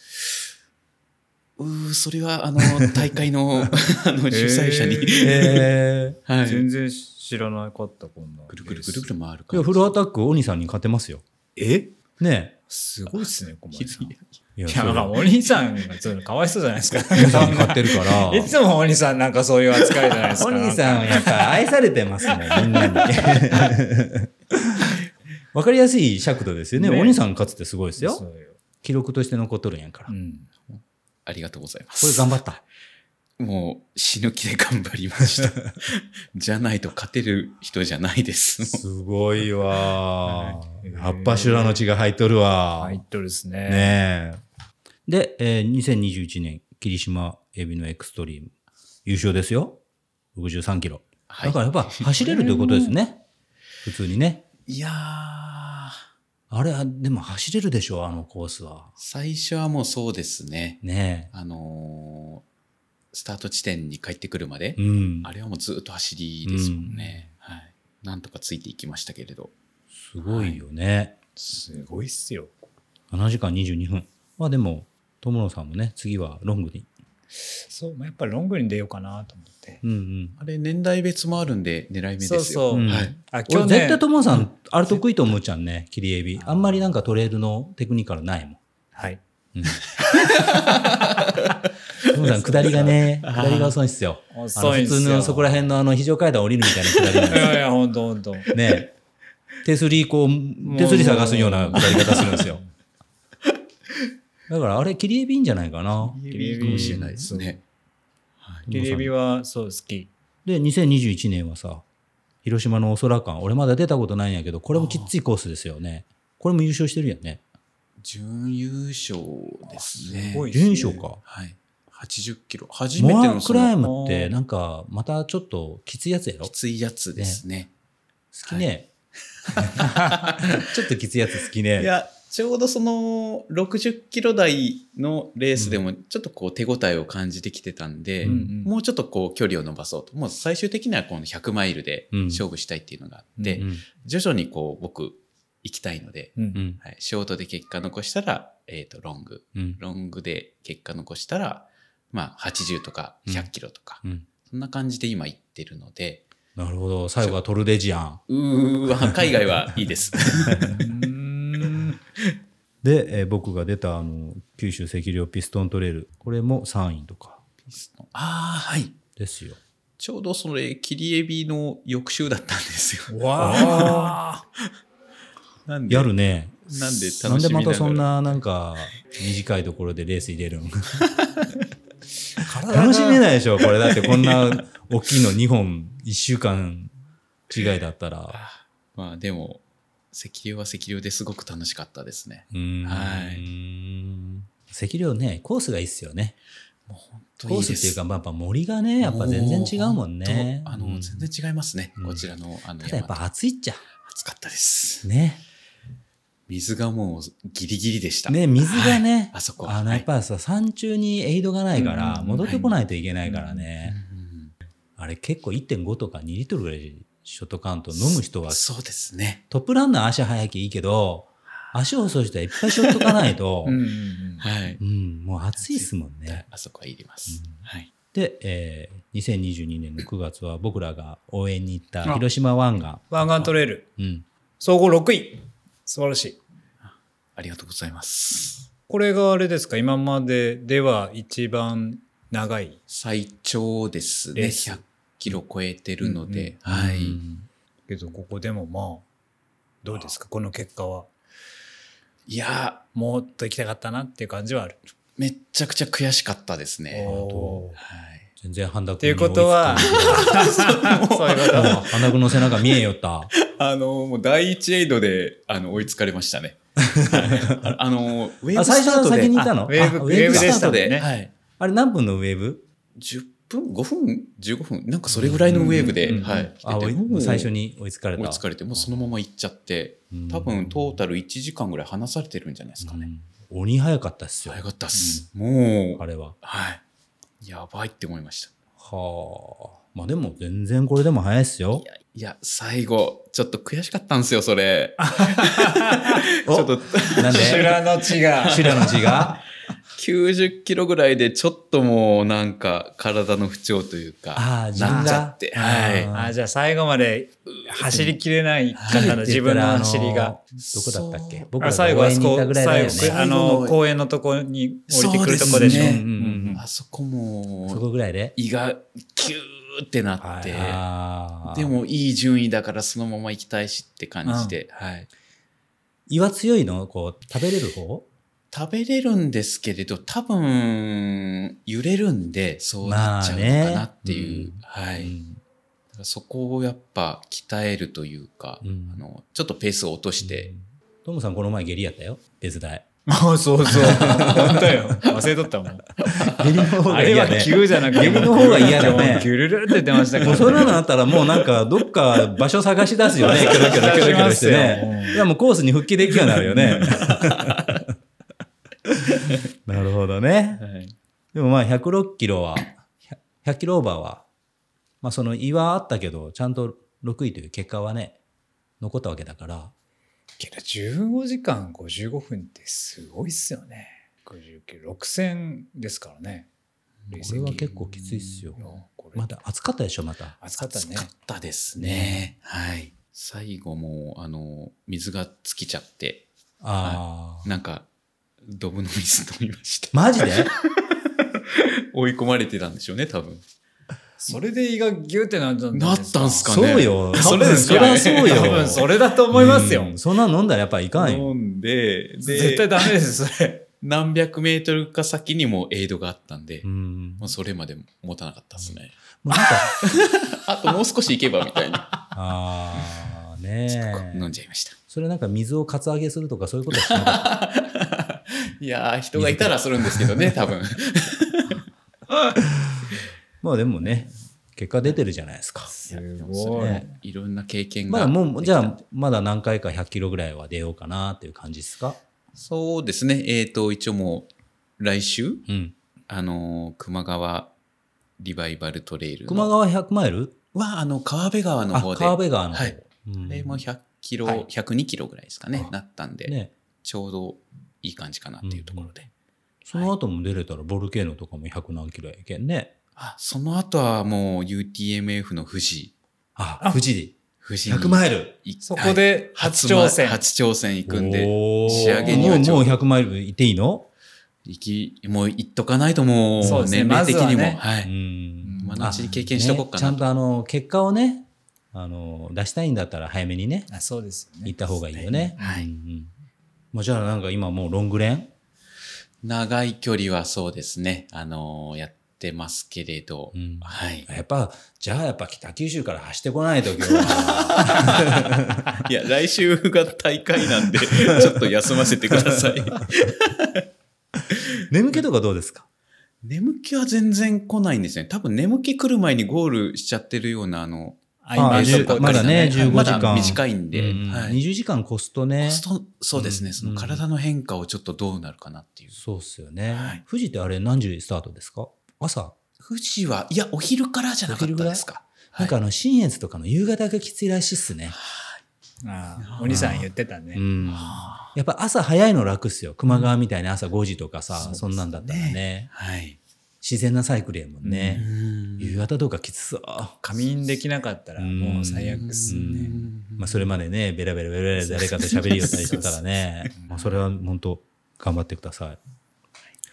うー、それはあの、大会 の、あの、主催者に。
え
はい。
全然知らなかった、こんな。
ぐるぐるぐるぐる回
ー、い
るか
や、
ら。
フルアタック、鬼さんに勝てますよ。
え
ね
すごいっすね、小
ひ
林さ
ど
ん。
い
い
え。いや
や、なんか、お兄さんがそういうのかわいそうじゃないですか。
鬼さんに勝ってるから。
いつもお兄さんなんかそういう扱いじゃないですか。
お兄さんは
なんか
やっぱ愛されてますね、みんなに。わかりやすい尺度ですよね。
ね
お兄さん勝つってすごいです
そ
よ。
うよ。
記録として残っとるんやから。
う
こ
ん。
ありがとうございます。
れ頑張った。
もう死ぬ気で頑張りました。 じゃないと勝てる人じゃないです。
すごい わ
い
ー。葉っぱ修羅の血が入っとるわ
入
ー
っ。とるです
ね
ね。
え。で、えー2021年、霧島エビのエクストリーム。優勝ですよ。63キロ。
は
だから
い。
やっぱ走れるということですね。普通にね。
いやー、
あれは、でも走れるでしょ、あのコースは。
最初はもうそうですね。
ね
あのースタート地点に帰ってくるまで
え。、うん。
あれはもうずっと走りですもんね、はい。なんとかついていきましたけれど。
すごいよね。
すごいっすよ。
7時間22分。まあでも、友野さんもね、次はロングに。
そう、まあやっぱロングに出ようかなと思って。
うんうん。
あれ、年代別もあるんで、狙い目です
そ
よ。
うそう。
うん
はい。
あ、去
俺絶対
年。
友野さん、あれ得意と思うちゃんね、切りエビ。あんまりなんかトレールのテクニカルないもん。
はい。
友野さん、下りが ね、
あー
下りが遅いんすよ。あの
遅
普
いんすよ
通のそこら辺のあの非常階段降りるみたいな下りなん
い
で
やいや、ほんとほんと。
すね。手すりこう、手すり探すような下り方するんですよ。だからあれ、切りエビいいんじゃないかな。
ギリギリかもしれないですね。
テレビは、そう、好き。
で、2021年はさ、広島のお空館、俺まだ出たことないんやけど、これもきっついコースですよね。これも優勝してるやんね。
準優勝ですね。
すごい
準優勝か。
はい。80キロ。初めて
モ
の
ア
そ
クライ
の
ムって、なんか、またちょっときついやつやろ好
きついやつですね。
きね。 ちょっときついやつ好きね。
いや、ちょうどその60キロ台のレースでもちょっとこう手応えを感じてきてたんで、
うん
もうちょっとこう距離を伸ばそうと。もう最終的にはこの100マイルで
うん
勝負したいっていうのがあって、
うん
徐々にこう僕行きたいので、
うん
う。ん
はい、ショートで結果残したら、えっ、と、ロング。
うん
ロングで結果残したら、まあ80とか100キロとか、
うん
そんな感じで今行ってるので、
なるほど。最後はトルデジアン。
うーわ、海外はいいです。
うん。
で、えー僕が出たあの九州赤稜ピストントレール。これも3位とか
ああ、はい。
ですよ。
ちょうどそれ、切りエビの翌週だったんですよ。
わあ。
なんで、
やるね。
なんで楽しみ
なんでまたそん
が
ななんか短いところでレース入れる ん楽しめないでしょこれだってこんな大きいの2本1週間違いだったら。
ら。まあでも、石流は石流ですごく楽しかったですね。
うーん
はい
赤量ね、コースがいいっすよね。
コ
コースっていうか、まあやっぱ森がね、やっぱ全然違うもんね。
あ
う
の、
ん
全然違いますね。
うん
こちらの、あの、
ただやっぱ暑いっちゃ。
暑かったです。
ね。
水がもうギリギリでした。
ね、水がね、
あそこは
あの、やっぱさ、山中にエイドがないから、
うん
戻ってこないといけないからね。
うん
あれ結構1.5とか2リットルぐらいショートカウント飲む人は、
そうですね。
トップランナー足速きゃいいけど、足細い人はいっぱいショットかないと
う、んうんうん。
はい。
うん、もう暑いですもんね。
あそこはいります。はい。
で、えー2022年の9月は僕らが応援に行った広島湾岸。
湾岸トレール、
うん。
総合6位。素晴らしい。
ありがとうございます。
これがあれですか、今まででは一番長い。
最長ですね。
レース
100キロ超えてるので、
うん
は
う
い。
ん
けど、ここでもまあ、どうですか、この結果は。
いや
もっと行きたかったなっていう感じはある。
ー、めっちゃくちゃ悔しかったですね。
おー
はい。
全然半田君
っていうことは、 そういうこと
半田君の背中見えよった。
あの、もう第一エイドで、あの、追いつかれました ね。あの、ウェー
あ
ブ
最
スタ
初の
ートで、
先にいたの
あウェーブ
あ
ウェーブ
ウェーブ
スタ
ウェーブでし
ート
たもん
で、
ね
はい。
あれ何分のウェーブ
10分、5分、15分、なんかそれぐらいのウェーブで、
うんうんうん
はい。
あ追
来
い
ててもう
最初に追いつかれた
追いつかれて、もうそのまま行っちゃって、
うん
多分トータル1時間ぐらい話されてるんじゃないですかね。
うん鬼早かったっすよ
早かったっす。も
あ
う、
れは
はい。やばいって思いました。
はあまあでも全然これでも早いっすよ
いや、いや、最後、ちょっと悔しかったんですよ、それ。ちょっと、
なんで
修羅の地が。
修羅の字 が
90キロぐらいで、ちょっともう、なんか、体の不調というか、
あー
なっちゃって。
腎が
はい。
あ
あじゃあ最後まで走りきれない 方の自分の走りが。
どこだったっけ
そう
僕
あ
ら
最
最
後
後にい
あそこ、
たぐらいだよ
最後
ね
最、
あ
後
の、
の
公園のとこに降りてくるとこでしょ。
そうで
ね
す
うんうん
あそこも
そこぐらいで
胃がキューってなって、
あー
でもいい順位だからそのまま行きたいしって感じで、はい。
胃は強いのこう食べれる方
食べれるんですけれど、多分、揺れるんで、そうなっちゃうのかなっていう。は
う
い。だ
ん
からそこをやっぱ鍛えるというか、
うん
あの、ちょっとペースを落として
う、んトムさんこの前下痢やったよ手伝 い
あそうそう。本当よ。忘れとったもん。
下痢の方
あれは急じゃなくて、
下痢の方が嫌だね
ギュルルルって出ましたか
も
ら。
うそんなのあったらもうなんかどっか場所探し出すよ ね。キョロキョロキョロキョロしてね。いやもうコースに復帰できるようになるよね。 なるほどね。
はい
でもまあ106キロは、100 100キロオーバーは、まあその胃はあったけど、ちゃんと6位という結果はね、残ったわけだから、
けど15時間55分ってすごいっすよね。606000ですからね。こ
これは結構きついっすよ。
これ
まだ暑かったでしょ、また。
暑かったね
暑。かったですね。はい。最後もう、あの、水が尽きちゃって、
ああ。
なんか、ドブの水飲みました。
マジ で
追い込まれてたんでしょうね、多分。
それで胃がギュってなったん
なったんすかね。
そうよ。
それですか
そりゃそうよ。
多分それだと思いますよ
う。んそんなの飲んだらやっぱいかんよ。
飲んで、で
絶対ダメです、それ。
何百メートルか先にもうエイドがあったんで、
うん
もうそれまで持たなかったですね。
もうなんか、
あともう少し行けばみたいな。
ああ、ね
飲
え。
んじゃいました。
それなんか水をカツアゲするとかそういうことはしなかった。
いやー、人がいたらするんですけどね、多分。
まあでもね、結果出てるじゃないですか。
す
そ
ごい。
れ いろんな経験
ま
が。
あもう、じゃあ、まだ何回か100キロぐらいは出ようかなっていう感じですか
そうですね。えっ、と、一応もう、来週、
うん。
あのー、熊川リバイバルトレイルの
熊川100マイル
は、あの、川辺川の
あ、
方で、
川辺川の方。
はい
うん
あれも100キロ、
はい
102キロぐらいですかね
あ、
なったんで、
ね。
ちょうどいい感じかなっていうところで。
その後も出れたらボルケーノとかも100何キロやけんね。
あ、その後はもう UTMF の富士。
あ、
あ
富士
富士
で。100マイル。
イ
そこで初挑戦。
初挑戦行くんで、
おー
仕上げにはちょ
もう
うど
もう100マイル行っていいの
行き、もう行っとかないとも
そう
う
ですね
年齢的
ま
にも、
ずはね
は
う
い。
ん
今のうちに経験しとこうか
ねちゃ
なと
んとあの結果をねあの出したいんだったら早めにね
あそうですよね。
行った方がいいよね。
はい
うんうんもうじゃあなんか今もうロングレン、
長い距離はそうですね、あのーやってますけれど、
うん
はい。
やっぱじゃあやっぱ北九州から走ってこないと今日は
いや、来週が大会なん で、ちょっと休ませてください。
眠気とかどうですか
眠気は全然来ないんですね。多分眠気来る前にゴールしちゃってるような、あの、
あ今
あ
ちょっ
じゅ
と
うまだね15
ま
時間
だ短いんで、
うん
はい。
20時間越すとね
そうそうですね、
うん
その体の変化をちょっとどうなるかなっていう。
そうっすよね、
はい
富士ってあれ何時スタートですか朝、
富士は、いや、お昼からじゃなかったですか。
なんかあの新越とかの夕方がきついらしいっすね、
あお兄さん言ってたね
う。ん
は
やっぱ朝早いの楽っすよ熊川みたいに朝5時とかさ、そんなんだったらね
はい。
自然なサイクルやもんね、
うん
夕方とかきつそう。
仮眠できなかったらもう最悪っすよね。
まあ、それまでね、ベラベラベラベラ誰かと喋りよったりしてたらね、まあ、それは本当、頑張ってください。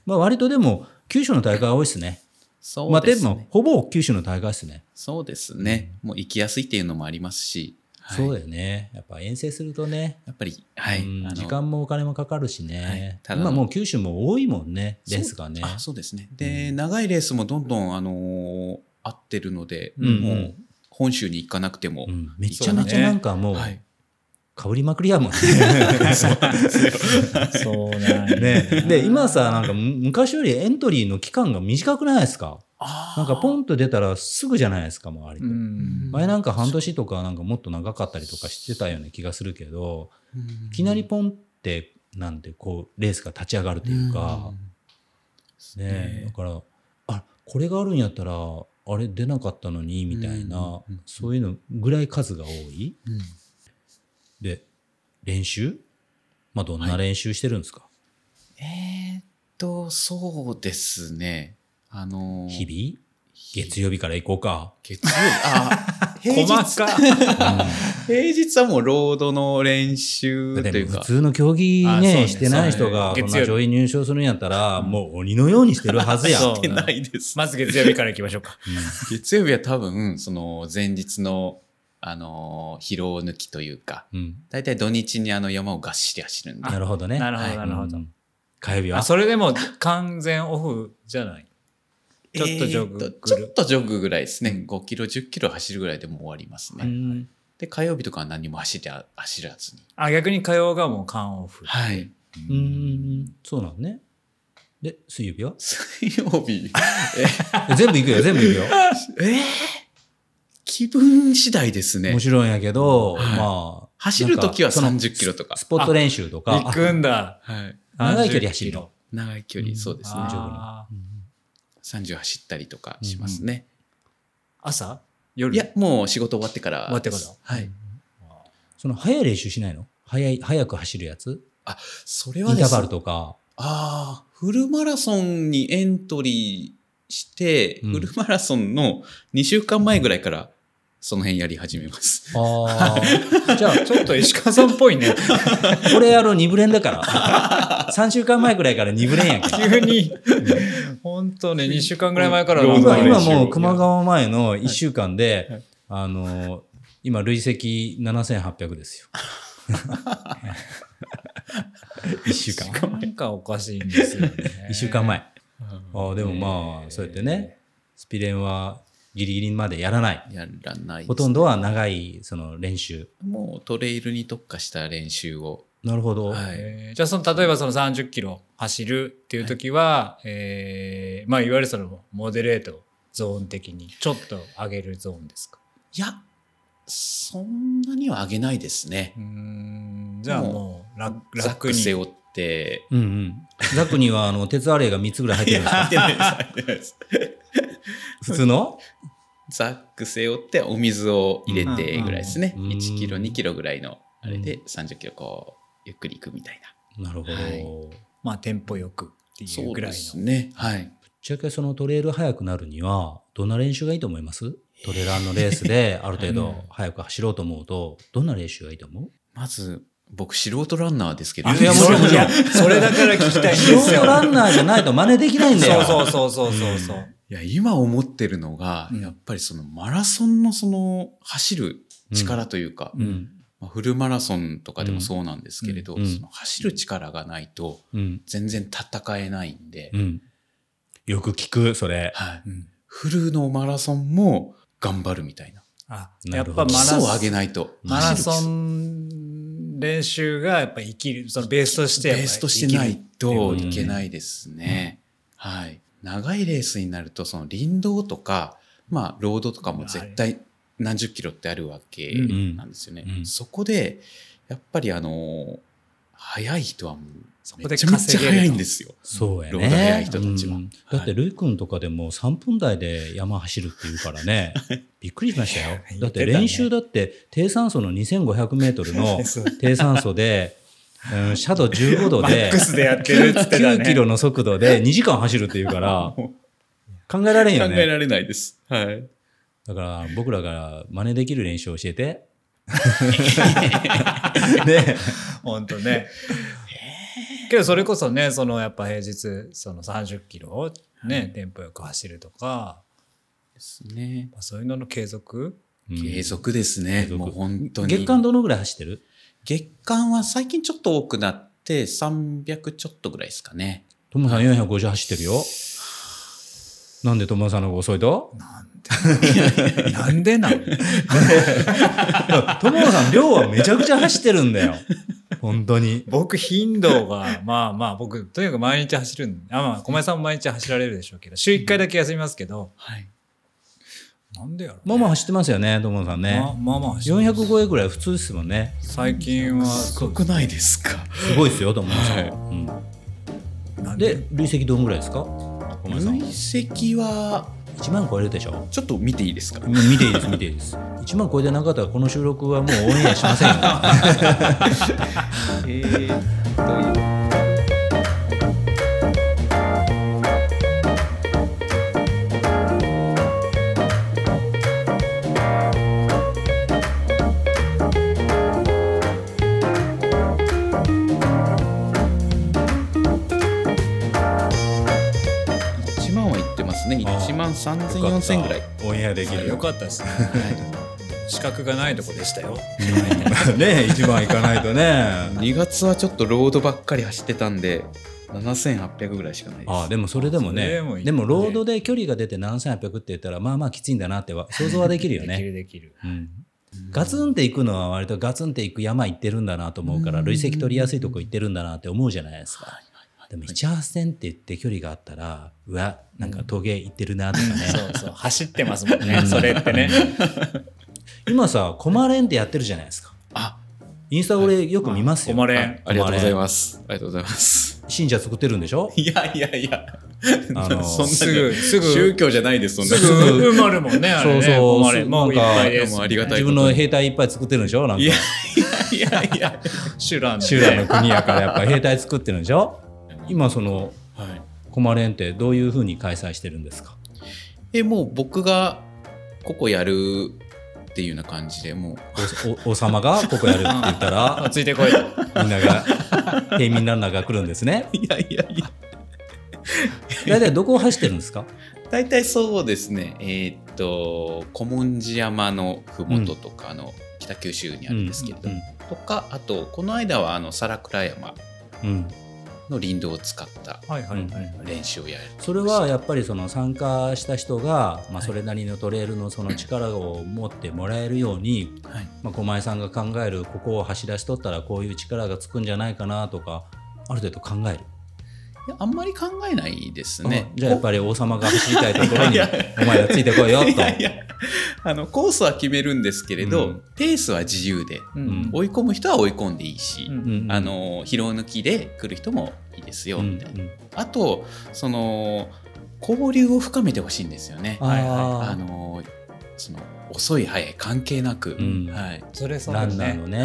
まあ、割とでも、九州の大会が多いですね。
そ
まあ、
うで
ですも
ね。、
ほぼ九州の大会ですね。
そうですね。もう行きやすいっていうのもありますし、はい
そうだよね。やっぱ遠征するとね、
やっぱり、はい。
うん
あの
時間もお金もかかるしね。
はいただ
今もう九州も多いもんね、レースがね。
そうあそうですね。で、長いレースもどんどん、あのー合ってるので、
うん
もう、本州に行かなくても。
うんめちゃめちゃなんかもう、
は
被
い。
りまくりやもんね。
そうなんや
ね、で今さなんかむ昔よりエントリーの期間が短くないですか
あ
なんかポ
ン
ンと出たらすぐじゃないですか、もう割と。
ん
前なんか半年とかなんかもっと長かったりとかしてたような気がするけど、い
い
きなりポンってなんてこうレースが立ち上がるというか、ねえだからあこれがあるんやったらあれ出なかったのにみたいな、
うんうん
そういうのぐらい数が多いで練習まあどんな練習してるんですか、
えーっとそうですねあのー
日々月曜日から行こうか、
月曜日あ平日
細か
平日はもうロードの練習
うん、だっ
と
て
いう
普
か
通の競技
あそう
ね
ね
してない人が
そう
こ
ね
ん
月曜
な
日
上位入賞するんやったらもう鬼のようにしてるはずや
そう
してないです
まず月曜日から行きましょうか。
月曜日は多分その前日のあのー疲労抜きというか
うんうん
大体土日にあの山をがっしり走るんで
なるほどね
なるほ
は
ど、
い
なるほど
う。ん火曜日は
あそれでも完全オフじゃない。ちょっとジョグ
えーっとちょっとジョグぐらいですね、5キロ10キロ走るぐらいでもう終わりますね、
うん
で火曜日とかは何も走りゃ走らずに
あ、逆に火曜がもう缶オフ。
はい
うんうんそうなんねで水曜日は
水曜日
え全部行く よ全部行くよ
えー気分次第ですね
もちろんやけど、
はい
まあ。
走る時は
なんかその
30キロとか
スポット練習とか。
行くんだ。
はい
長い距離走るの
30キロ。
長い距離、
うん
そうですね
あーあ
あー
30走ったりとかしますね、
朝夜
いやもう仕事終わってから
終わってから
はい
その速い練習しないの速い、速く走るやつ
それ
イン
はで
ター
す
バ
ね
ルとか。
ああ、フルマラソンにエントリーして、
うん
フルマラソンの2週間前ぐらいから、その辺やり始めます。
ああ。じゃあ、
ちょっと石川さんっぽいね。
これやろ、二ブレンだ から。3週間前くらいから二ブレンやんけ。
急に。本当ね、2週間ぐらい前から
う
なんん
今
か
ロードの
今
練習
もう熊川前の1週間で、
はい
あの、今、累積7800ですよ。1週間。
なんかおかしいんですよね。
1週間前。ああでもまあ、
えー
そうやってねスピレンはギリギリまでやらない
やらないです
ほとんどは長いその練習
もうトレイルに特化した練習を。
なるほど、
はい。
えーじゃあその例えばその30キロ走るっていう時は、えーまあいわゆるそのモデレートゾーン的にちょっと上げるゾーンですか
いや、そんなには上げないですね
うー。んじゃあもう楽
ザッ
楽
ク
に
背負って、
うんうんザックにはあの鉄アレイが3つぐらい入ってるんですか
入ってないです入ってないです
普通の
ザック背負ってお水を入れてぐらいですね。
うんうん
1キロ、2キロぐらいの、あれで30キロこう、ゆっくり行くみたいな。
なるほど、
はい
ぶっ
まあテンポよくっていうぐらい
そう
の
ですね。はい。
ちゃけそのトレイル速くなるにはどんな練習がいいと思いますトレランのレースである程
うん
度速く走ろうと思うとどんな練習がいいと思う
まず、僕、素人ランナーですけど、
あいやもちろんもちろん
いやそれだから聞きたいんで
素
す
人
よ
ランナーじゃないと真似できないんだよ
そうそうそうそうそうそう、
いや今思ってるのが、
うん
やっぱりそのマラソンのその走る力というか、
うん
まあフルマラソンとかでもそうなんですけれど、
うんうん
その走る力がないと
うん
全然戦えないんで、
うんよく聞くそれ
はい、
うん
フルのマラソンも頑張るみたいな。
あ
な
やっ
る
ぱ
ほど
マ
基
ラ
礎
ソ
を
ン
上げないと。
マラソ
走る
ン練習がやっぱ生きるそのベースとし
基
て
礎
やっ
ベ
ぱ
ースとして
生きる
ないといけないですね。はい。長いレースになると、その林道とか、まあ、ロードとかも絶対何十キロってあるわけ
うん
なんですよね。
うん
そこで、やっぱりあの、速い人はもう、
こ
め
で
ちゃめち
稼
ゃ
げると
速いんですよ。
そうやね。
ロード速い人たちは
う
は
ん
い
だって、ルイ君とかでも3分台で山走るっていうからね、びっくりしましたよ。だって練習だって、低酸素の2500メートルの
そう
低酸素で、うん、シャドウ15度
マッ
で
ク、スでやってるっつってたね
9キロの速度で2時間走るっていうから、考えられん
考
よ
え
ね。
られないです。はい。
だから、僕らが真似できる練習を教えて。で、
本当ね。けどそれこそねそのやっぱ平日その30キロをね、テンポよく走るとか、
ですね。
まあ、そういうのの継続
うん
継続ですね。
継続
もう本当に。
月間どのぐらい走ってる
月間は最近ちょっと多くなって、300ちょっとぐらいですかね。
トモさん450走ってるよ。なんでトモさんの方が遅いと
なんでなん
友野さん、量はめちゃくちゃ走ってるんだよ。本当に。
僕頻度がまあまあ僕とにかく毎日走るんあまあ小林さんも毎日走られるでしょうけど週1回だけ休みますけど、
はい。
なんでやろうね、
まあまあ走ってますよね、友野さんね。
まあまあまあ走ってます
400超えぐらい普通ですもんね。
最近は
すごくないですか。
すごいですよ、友野さん。
はい
な
うんん、
で
で、累積どんぐらいですか小林さん。
累積は、
1万超えるでしょ
ちょっと見ていいですか
うん見ていい です、見ていいです。1万超えてなかったら、この収録はもうオンエアしま せんよ。
えー、と1万は言ってますね。1万3000、4000ぐらい。
オンエアでき
あ
る
よ
よ。
かったですね資格がないとこでしたよ
ね一番行かないとね。
2月はちょっとロードばっかり走ってたんで、7800ぐらいしかないです。
ああでもそれでも
それ
ね
もいいね
でもロードで距離が出て7800って言ったらまあまあきついんだなっては想像はできるよ
でき
ね、
るできる
うん、ガツンって行くのは割とガツンって行く山行ってるんだなと思うから累積取りやすいとこ行ってるんだなって思うじゃないですかでも18000って言って距離があったらうわなんか峠行ってるなと かね、
そうそう走ってますもんねそれってね
今さコマレンってやってるじゃないですか
あ
インスタ俺よく見ますよ、
コマレン
ありがとうござい
す
ます。ありがとうございます。
信者作ってるんでしょ
いやいやいや、
あの
そんな
すぐすぐ
宗教じゃないです、そんな。
すぐ埋まるもんねあれね
そうそう
埋まれもういっぱいで
ですもありがたい
自
こ
分
と
の
に
兵隊いっぱい作ってるんでしょなんか
いやいやいや。
シュランで
修羅の国やからやっぱ兵隊作ってるんでし ょ今その
はい。
コマレンってどういうふうに開催してるんですか
え、もう僕がここやるっていうような感じで、もう。
おお王様がここやるって言った
あ
ら
ついてこいと
みんなが平民ランナーが来るんですね
いやいやいや。
大体どこを走ってるんですか
大体そうですね。えーっと、古文寺山のふもととか、あの、北九州にあるんですけれども、とか、あと、この間は、あの、皿倉山
うんうん
の林道を使った
はいはい
はい
練習をやる。
それはやっぱりその参加した人が、まあ、それなりのトレイルのその力を持ってもらえるように、
はい。
まあ、小前さんが考えるここを走らしとったらこういう力がつくんじゃないかなとかある程度考える
いやあんまり考えないですね
うん。じゃあやっぱり王様が走りたいところ
い
に
や
お前らついてこいよと。
いやいやあのコースは決めるんですけれど、
うん
ペースは自由で
うん
追い込む人は追い込んでいいし、
う
う
ん
んうん
あの疲労抜きで来る人もいいですよ、
うん
みたいなあとその交流を深めてほしいんですよね。
あ
あ
はい
ー
のその遅い早い関係なく、
うん
はい、
それそう
ラ
だ
ンナー
ね
のね。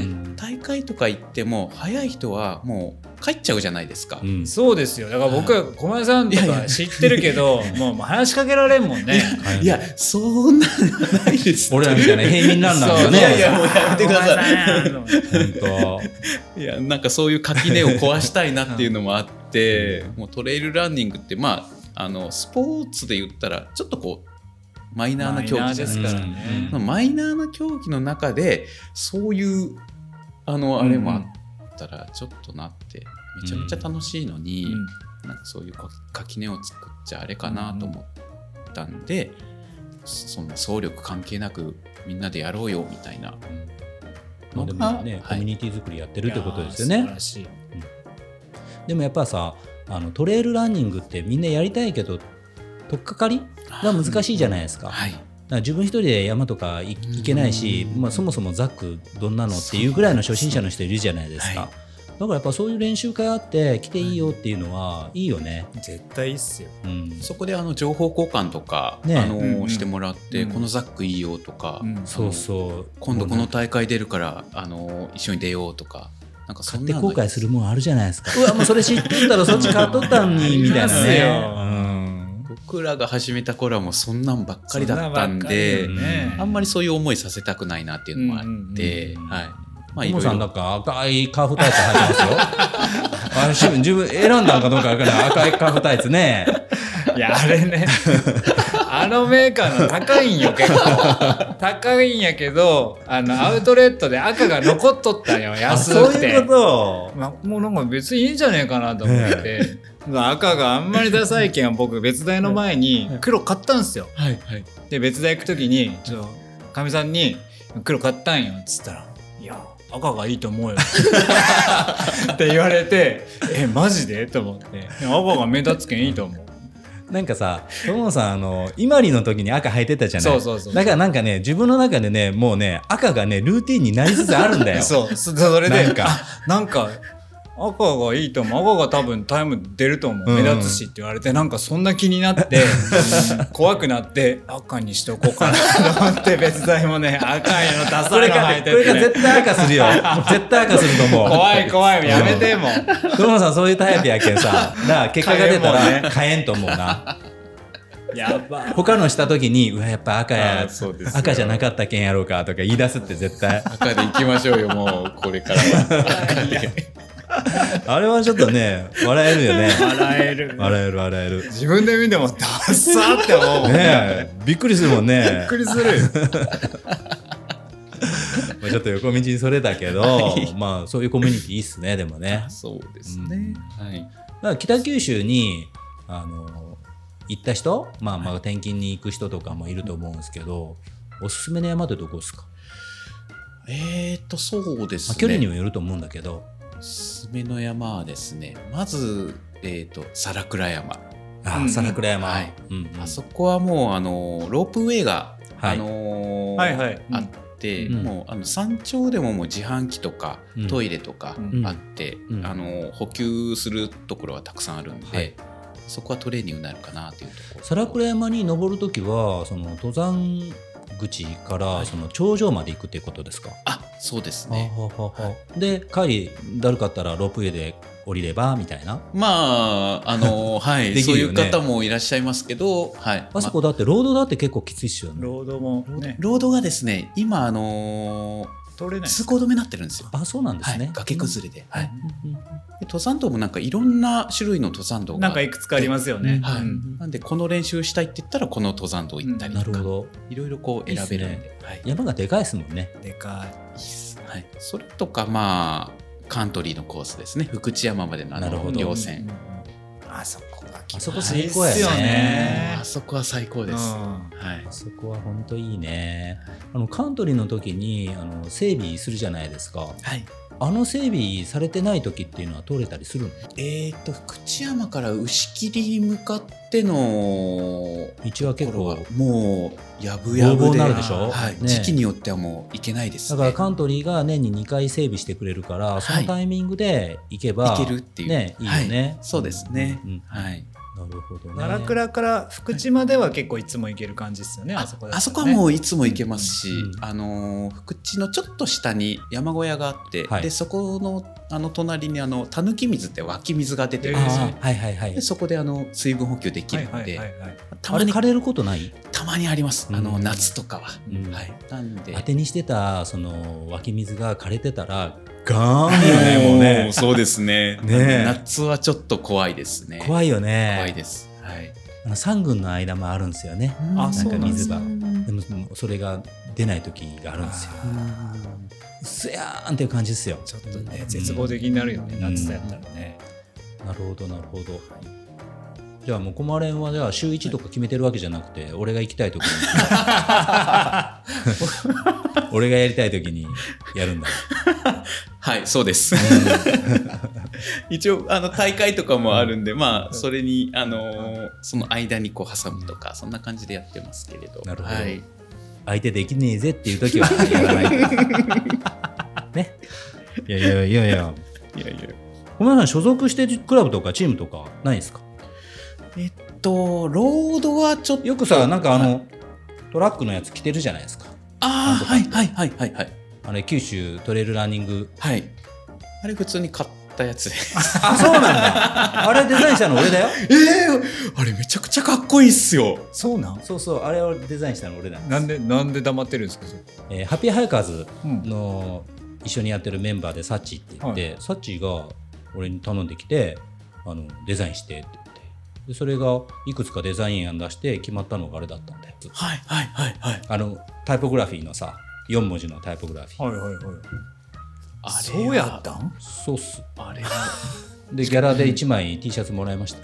うん
大会とか行っても早い人はもう帰っちゃうじゃないですか。
うん
そうですよだから僕は小林さんと
いやい
か
や
知ってるけどもうもう話しかけられんもんね
はい
いやそんなのはないです。
俺らみたいな平民ランナーがね。
そういやいやもうやめてください
い
本
いやなんかそういう垣根を壊したいなっていうのもあって、もうトレイルランニングってまああのスポーツで言ったらちょっとこうマイナーな競技じゃないです
マイナーですから
か
うん
まあ
ね
マイナーな競技の中でそういうあのあれもあったらちょっとなってめちゃめちゃ楽しいのに、なんかそういうか垣根を作っちゃあれかなと思ったんで、そんな総力関係なくみんなでやろうよみたいな。
当。まあでもね、コ
はい
ミュニティ作りやって
い
る
や
ってことですよ
素晴
ね。
らしい
でもやっぱさ、あのトレイルランニングってみんなやりたいけど、取っかかりが難しいじゃないですか。だか
はい
ら自分一人で山とかい行けないし、
うん
まあそもそもザックどんなのっていうぐらいの初心者の人いるじゃないです
は
か
い。
だからやっぱそういう練習会あって来ていいよっていうのはいいよね。
絶対いいっすよ
うん
そこであの情報交換とか、
ね
あの
うんうん
してもらって、
うん
このザックいいよとか、
うん
そうそう。
今度この大会出るからあの一緒に出ようとかなんかそ
買っ
ん
て
なの
後悔するもんあるじゃないですか。うわ、もうそれ知ってんだろ、そっち買っとったんに、みたいな
あり
ね。
僕らが始めた頃はもうそんなんばっかりだったん
そな
で
ばっかりよね
あんまりそういう思いさせたくないなっていうのもあって、
うんうんうん
はいまあい
もも
ろい
さん
ろ
なんか赤いカーフタイツ履いてますよ。あ 自分、自分選んだんかどうかわからない。赤いカーフタイツね。
いやあれねあのメーカーの高いんよ結構高いんやけどあのアウトレットで赤が残っとったんよ
あ
安
そう
くて
いうこと。
まあ、もうなんか別にいいんじゃねえかなと思って、赤があんまりダサいけん僕別台の前に黒買ったんすよ
はいはい
で別台行く時にちょかみさんに「黒買ったんよ」っつったら「いや赤がいいと 思うよって言われてえマジでと思って赤が目立つけんいいと思う
なんかさ、トモさん、あの、伊万里の時に赤履いてたじゃない
そうそうそう
だからなんかね、自分の中でね、もうね、赤がね、ルーティンになりつつあるんだよ。
そうそそれで
なんか
あなんか赤がいいと思う赤が多分タイム出ると思う、
うんうん
目立つしって言われてなんかそんな気になって怖くなって赤にしとこうかなと思って別材もね赤いのダ
こ
サ
れ
いの
か、
履い
これ
てて
か
ね、
絶対赤 するよ。絶対赤すると思う。
怖い怖いやめてもう
トモさん、そういうタイプやけんさ、だから結果が出た
変えんもん
ら
ね
変えんと思うな。
やば
他のした時に、うわ、やっぱ赤
あ
や
ーそうです、よ
赤じゃなかったけんやろうかとか言い出すって絶対。
赤で行きましょうよ、もう、これからは。
あれはちょっとね、笑えるよね。
笑える
笑える笑える。
自分で見てもダッサーって思うもん
ねえ、びっくりするもん
び
ね
っ。くりする
まあちょっと横道にそれた けど、まあそういうコミュニティいいっすね、でもね。
そうですね。はい。
だから北九州にあの行った人、まあ、まあ転勤に行く人とかもいると思うんですけど、おすすめの山ってどこですか、
えーと、そうです
まあ、
ね。
距離にもよると思うんだけど
おすすめの山はですね、まず、えーと、皿倉山。
あ
うんうん
あ皿倉山、
はい
うんうん
あそこはもう、あの、ロープウェイが、
はい
あのー
はいはい
あって、
うん
もう、あの、山頂でももう自販機とか、
うん
トイレとか
うん
あって、
うん
あのー補給するところはたくさんあるんで、
はい
そこはトレーニングになるかなというところ。
皿倉山に登るときはその登山口からその頂上まで行くっていうことですか、
あ、そうですね。
あはははで帰りだるかったらロープウェイで降りればみたいな
まあ、あ の、はい、
でき
そう
る
い
よ
う
ね
方もいらっしゃいますけど、はい。
あそこだってロードだって結構きついっすよね
ロードも
まあ
ね
ロードがですね、今、あの
取れ
ー
ない
通行止めになってるんですよ。
あそうなんで
は
すね、
い、崖崩れで。はい。
うんうん
で登山道もなんかいろんな種類の登山道が。
なんかいくつかありますよね、
はい
うん
なんで、この練習したいって言ったら、この登山道行ったり
な
と
る
か、
ほど
いろいろこう選べるんで。はい。
山がでかいですもんね
でかい
いいっすはい。それとか、まあ、カントリーのコースですね。福知山までのあ
なるほ
の
ど
稜
う
線
ん。あそこが気
あそこ
持ちい
最
いっ
高や
すよ
ね
ね
あそこは最高です。は
うん
い
あ。そこは本当いいねあのカントリーの時にあの整備するじゃないですか
はい。
あの整備されてない時っていうのは通れたりするの
えー、と福知山から牛切に向かっての
道は結
ところは
構
もうやぶや
ボーボー
ぶ
に
で
なるでしょ
はい
ね
時期によってはもう行けないです、
だ
ね、
からカントリーが年に2回整備してくれるからそのタイミングで行けば、
行けるっていう
ねいいよね、
はいそうですね
うんうん
はい、
なるほどね
奈良倉から福知までは結構いつも行ける感じですよね、あそこだったらね
あそこはもういつも行けますし、
うんうん
あのー福知のちょっと下に山小屋があって、
はい
でそこのあの隣にあのたぬき水って湧き水が出てるんですよ
ああはいはいはい
でそこであの水分補給でき
は
る
い
ので、
はいはいはい
た
あ
ま
れ
に
枯れることない
たまにあります、あ
う
の
ん
夏とかは、
うん
はいなんで
当てにしてたその湧き水が枯れてたらガーンよねもうね
そうですね。
ねえ
夏はちょっと怖いですね。怖い
怖いよね
です。はい。
あの3軍の間もあるんですよね
あ
なん
そ
か
うなんです
水
ね
がでももうそれが出ない時があるんですよ
あ
うっすやーんっていう感じですよ
ーちょっとね絶望的になるよね、
うん
夏だったらね、
なるほどなるほどじゃあもうコマレンはじゃあ週1とか決めてるわけじゃなくて俺が行きたい 時に俺がやりたい時にやるんだ
はい、そうです。 一応、あの、大会とかもあるんで、まあ、それに、あのーその間にこう挟むとか、そんな感じでやってますけれど。
なるほど
はい。
相手できねえぜっていう時は やらないねいやいやいやいや
いやいや。
ごめんなさい所属してるクラブとかチームとかないですか
えっと、ロードはちょっと。
よくさなんかあのトラックのやつ着てるじゃないですか
ああ、はい、はい、はい、はい、はい。
あれ九州トレイルランニング
はい。あれ、普通に買ったやつで。
あそうなんだあれデザインしたの俺だよ
ええあれ、めちゃくちゃかっこいいっすよ。
そうなん
そうそうあれをデザインしたの俺だよ
なんでなんで黙ってるんですかそれ
えーハッピーハイカーズ
うん
の一緒にやってるメンバーでサッチって言って、サッチが俺に頼んできてあのデザインしてって言ってでそれがいくつかデザイン案出して決まったのがあれだったんだよ
はい、はい、はい、はい。
あのタイポグラフィーのさ4文字のタイポグラフィー、
はいはいはい
あれは
そうやったん
そうっす
あれは
でギャラで1枚 T シャツもらいました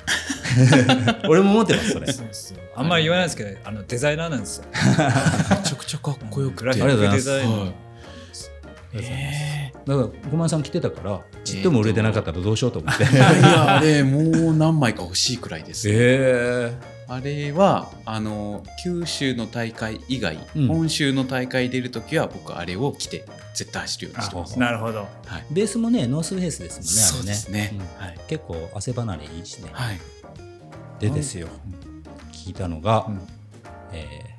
俺も持ってますそれ
そうそうあんまり言わないですけどあのデザイナーなんですよ
めちゃくちゃかっこよくて。
グラフィ
ありがとうご
ック
ざいま
デ
す
ザイナー
ええ
だから5万さん来てたからちっとも売れてなかったらどうしようと思って、
いや、あ れ、もう何枚か欲しいくらいです。
え
あれは、あの、九州の大会以外、
うん
本州の大会出るときは、僕、あれを着て、絶対走るようにしてます。
なるほど。
はい。
ベースもねノースフェイスですもんねあれ
そうですね。はい。
うん結構汗離れいいしね
はい。
でですよ聞いたのが、
うん
えー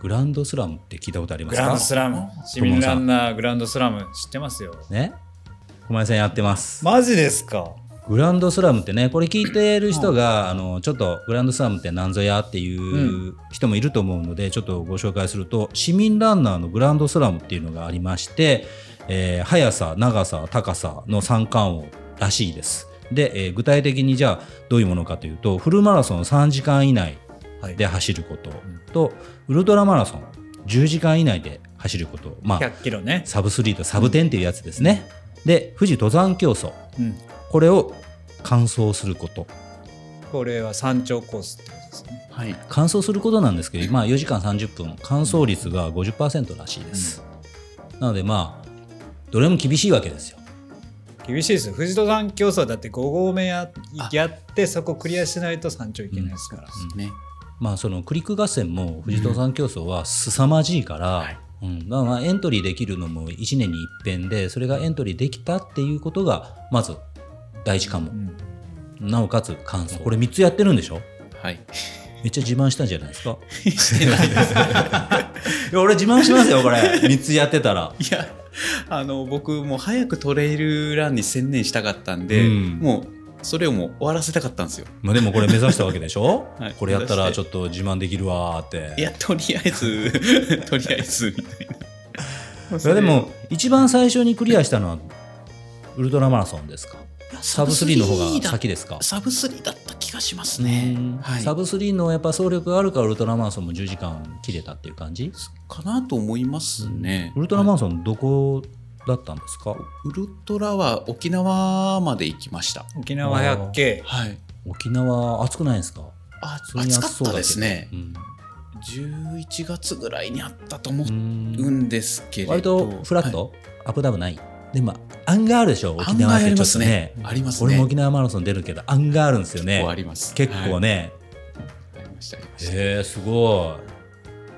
グランドスラムって聞いたことありま
グ
す
ラン
か
ドスラム。市民ランナーグランドスラム知ってますよ。
ね小林さんやってます
マジですか
グランドスラムってねこれ聞いてる人があのちょっとグランドスラムって何ぞやっていう人もいると思うので、ちょっとご紹介すると市民ランナーのグランドスラムっていうのがありまして、えー速さ長さ高さの三冠王らしいです。で、えー具体的にじゃあどういうものかというとフルマラソン3時間以内で走ることと、ウルトラマラソン10時間以内で走ること、まあ、
?100 キロね。
サブ3とサブ10っていうやつですね。で富士登山競争
うん。
これを乾燥すること
これは山頂コースってことですね。
はい。
乾燥することなんですけど、まあ、4時間30分乾燥率が50%らしいです、なのでまあどれも厳しいわけですよ
厳しいですよ富士登山競争だって5合目ややってそこクリアしないと山頂いけないですから、
ね。
まあそのクリック合戦も富士登山競争は凄まじいから、うんまあまあエントリーできるのも1年に一遍でそれがエントリーできたっていうことがまず第一関門、なおかつ乾燥これ3つやってるんでしょ
はい。
めっちゃ自慢したんじゃないですか いや俺自慢しますよこれ3つやってたら
いや、あの、僕、もう早くトレイルランに専念したかったんで、
うん
もう、それをもう終わらせたかったんですよ。
まあでもこれ目指したわけでし ょ、
はい
これやったらちょっと自慢できるわーって
いや、とりあ えず、とりあえず、みたいな。
いやでも一番最初にクリアしたのはウルトラマラソンですかサブ3の方が先ですか
サブ3だった気がします
うん
ね。はい、
サブ3のやっぱ総力があるからウルトラマラソンも10時間切れたっていう感じ、
かなと思いますね。
ウルトラマラソンどこだったんですか、
ウルトラは沖縄まで行きました。
沖縄百景
はい。
沖縄暑くないですか
あ
普通に
暑か
暑そうだけど
ったですね
う。ん
11月ぐらいにあったと思
う
うんんですけれど。
割とフラッ
はい
ト、アップダウンないでも案があるでしょ沖
案
縄っ
外
てちょ
ありま
っと
す
ね
ね。ありますね。
俺も沖縄マラソン出るけど案があるんですよね
結構あります。
結構
ね。
ね、
ありましたありました
へえすご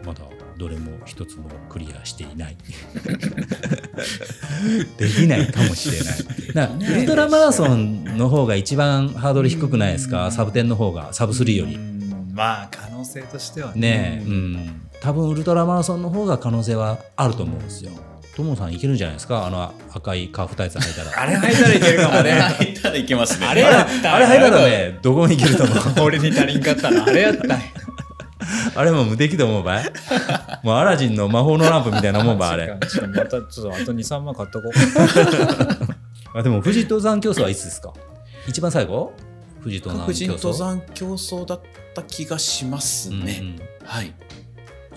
いまだどれも一つもクリアしていない できないかもしれないなウルトラマラソンの方が一番ハードル低くないですかサブ10の方がサブ3より
うんまあ可能性としてはね
ねえうん多分ウルトラマラソンの方が可能性はあると思うんですよともさんいけるんじゃないですかあの赤いカーフタイツ履いたら
あれ履いたらいけるかも
あれ
ね
入ったらいけますね。
あれやった
あれ履いたらねどこもいけると思う
俺に足りんかったらあれやったんや
あれもう無敵と思うばいもうアラジンの魔法のランプみたいなもんばいあれ
ちょっとまたちょっとあと23万買っとこう
あでも富士登山競争はいつですか一番最後富士登山
白
競争
人登山競争だった気がしますね。
うんうん
はい。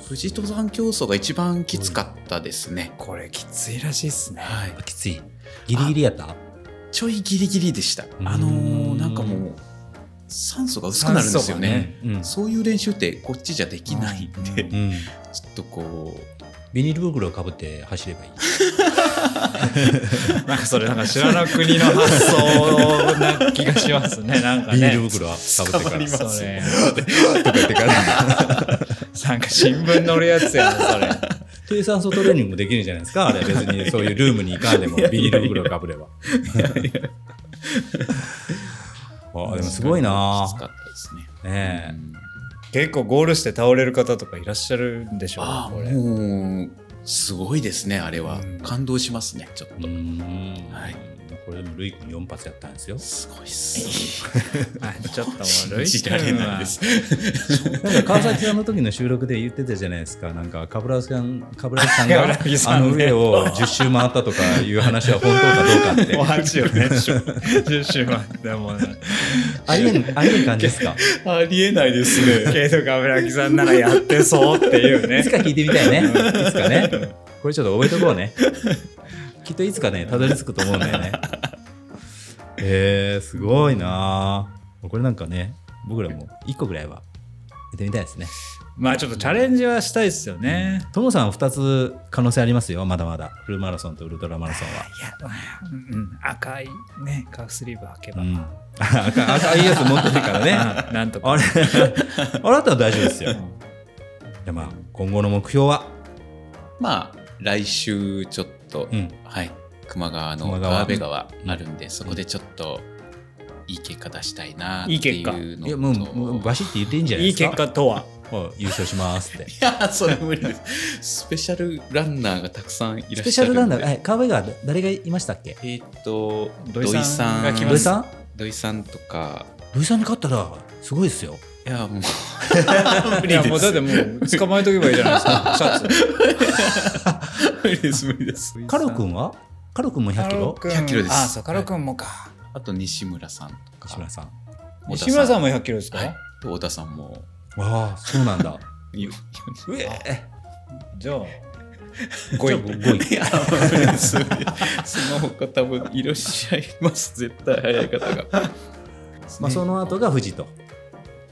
富士登山競争が一番きつかったですね。
これきついらしいっすね
はい
あ。きついギリギリやった
ちょいギリギリでした。
ん
あのーなんかもう、酸素が薄くなるんですよね。
うん、
そういう練習ってこっちじゃできないんで、
う
う
ちょ
ん、
っとこ
ビニール袋をかぶって走ればいい
なんかそれなんか知らな国の発想な気がしますねなんか
ビニ
ね
ール袋はかぶってから
捕まり
それ
う、とか言ってから。
なんか新聞載るやつやなそれ
低酸素トレーニングもできるじゃないですかあれ別にそういうルームに行かんでもビニール袋をかぶればあでもすごいな
きつかったですね。
ねえ
うん
結構ゴールして倒れる方とかいらっしゃるんでしょうね
ああ、
これ
もう、すごいですね、あれは
うん。
感動しますね、ちょっ
う
と。
ん、
はい
これでもルイ君4発やったんですよ
すごいっす。
ちょっともう
信
ルイ
じ
君
ら
は
れないです。
なんか川崎さんの時の収録で言ってたじゃないですか、なんか冠城さん、冠城さんが
冠城さ
あ
んね
の上を10周回ったとかいう話は本当かどうか って
もう、8よね10周回ってもうな
ありえん、ありえん感じですか。
ありえないですね。
けど冠城さんならやってそうっていう
いつ
ね
か聞いてみたいね。いつかね。これちょっと覚えとこ うね。きっといつかね、たどり着くと思うんだよね。えー、すごいなあこれなんかね、僕らも1個ぐらいはやってみたいですね。
まあちょっとチャレンジはしたいですよね。
トモさん2つ可能性ありますよまだまだフルマラソンとウルトラマラソンは。
いや、うん、赤いね、カーフスリーブ履けば、
うん、あ赤赤いやつ持ってるからね。
うんなんとか。
あれあなたは大丈夫ですよ。でまあ今後の目標は、
まあ来週ちょっと、
うん、
はい熊川の
熊川
川辺川あるんで、そこでちょっといい結果出したいなって
いい結
い
果
うのと
いやもうもうバシッて言っていいんじゃないで
いい
すか。
結果とは。
はい優勝しますって。
いやそれ無理ですスペシャルランナーがたくさんいらっしゃる
スペシャルランナー、
は、
はいい、川辺川誰がいましたっけ
えーっと
土井さんが来
土
ま
井
す
さん
土井さんとか
土井さんに勝ったらすごいですよ。
いやもう
いや、もうだってもう 捕まえとけばいいじゃないですか、シャツ。
無理です無理です
カロ君はカロ君も100キロ
君
100キロです
あ、そう、カロ君もか。
あと西村さんとか
西村さん。
小田
西村さんも100キロですか、
はいと小田さんも
ああ、そうなんだ。
よ
うえ
じゃあ、
5
5位。
位。
いや無理です無理ですその他多分いらっしゃいます絶対早い方が
まあその後が富士と。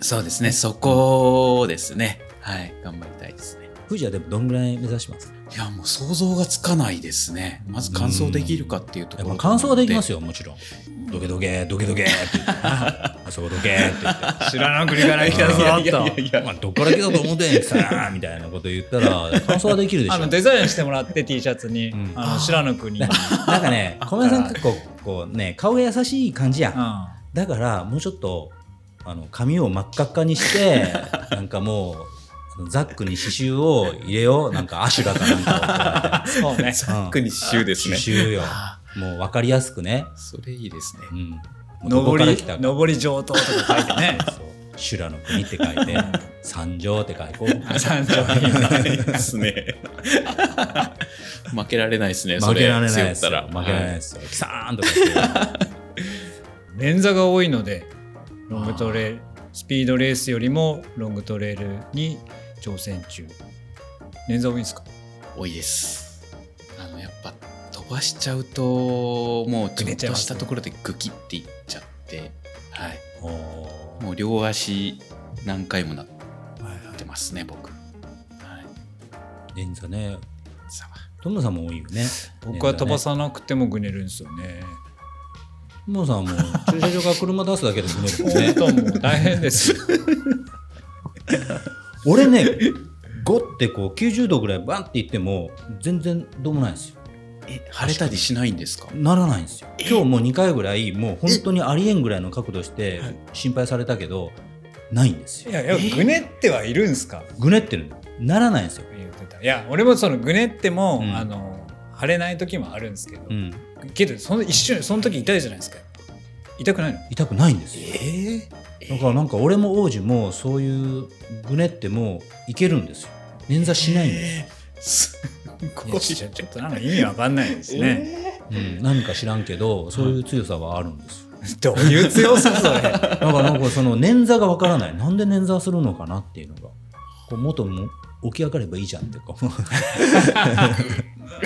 そうですね、そこですね。はい、頑張りたいですね。
富士はでもどんぐらい目指します
いや、もう想像がつかないですね。まず完走できるかっていうところ。
まあ完走はできます
よ。
よ、もちろん。どけどけ、どけどけって言って、あそこどけって言って。
知らなくりから来たぞ
いや
っ
いやいや
と。
いやまあ、どっから来たと思ってんねんさあみたいなこと言ったら感想はできるでしょ
あのデザインしてもらって T シャツに、
うん
あの知らぬ国に、うん、
なんかね小宮さん結構こうね顔が優しい感じやん
あ
だからもうちょっとあの髪を真っ赤っかにしてなんかもうあのザックに刺繍を入れようなんかアシュラかなんか
そうね
を
特に週です
刺
ね。
繍よもう分かりやすくね、
それいいですね
う。ん、どこ
上
から
り
来たか
上り上等とか書いて ね
そう修羅の国って書いて三条って書いてこう
山頂に
ないです ね。負けられないですね。
負けられないです
そ
よ負
れ背負ったら。
けられない
は
で
い
すよ、キサーンとかして
捻挫が多いのでロングトレスピードレースよりもロングトレイルに挑戦中捻挫多いんですか
多いです。あの、やっぱ飛ばしちゃうと、もうちょっとしたところでグキっていっちゃって。はい。
おー
もう両足何回もなってますね、僕。はい。
レンズはね、
さあ
トムさんも多いよね。
僕は飛ば
レンズね。
さなくてもぐねるんですよね
トムさんも駐車場から車出すだけで詰めるもん
本
ね。
当もう大変ですよ
俺ね、ゴってこう90度ぐらいバンっていっても全然どうもないんですよ。
え晴れたりしないんですか
ならないんですよ。今日もう2回ぐらいもう本当にありえんぐらいの角度して心配されたけど、ないんです
い
よ。
やいやぐねってはいるんですか
ぐねってるの。ならないんですよ。
言ってたいや俺もそのぐねっても、
うん
あの腫れない時もあるんですけど、
うん。
けどその一瞬その時痛いじゃないですか痛くないの
痛くないんですよ。
え
だからなんか俺も王子もそういうぐねってもいけるんですよ。捻挫しないんですよ。
す
いやちょちょっとなんか意味わかんないですね、
うん、何か知らんけどそういう強さはあるんですよ。
どういう強さそ れ
だからなんかその捻挫がわからないなんで捻挫するのかなっていうのがこう元も起き上がればいいじゃんってこう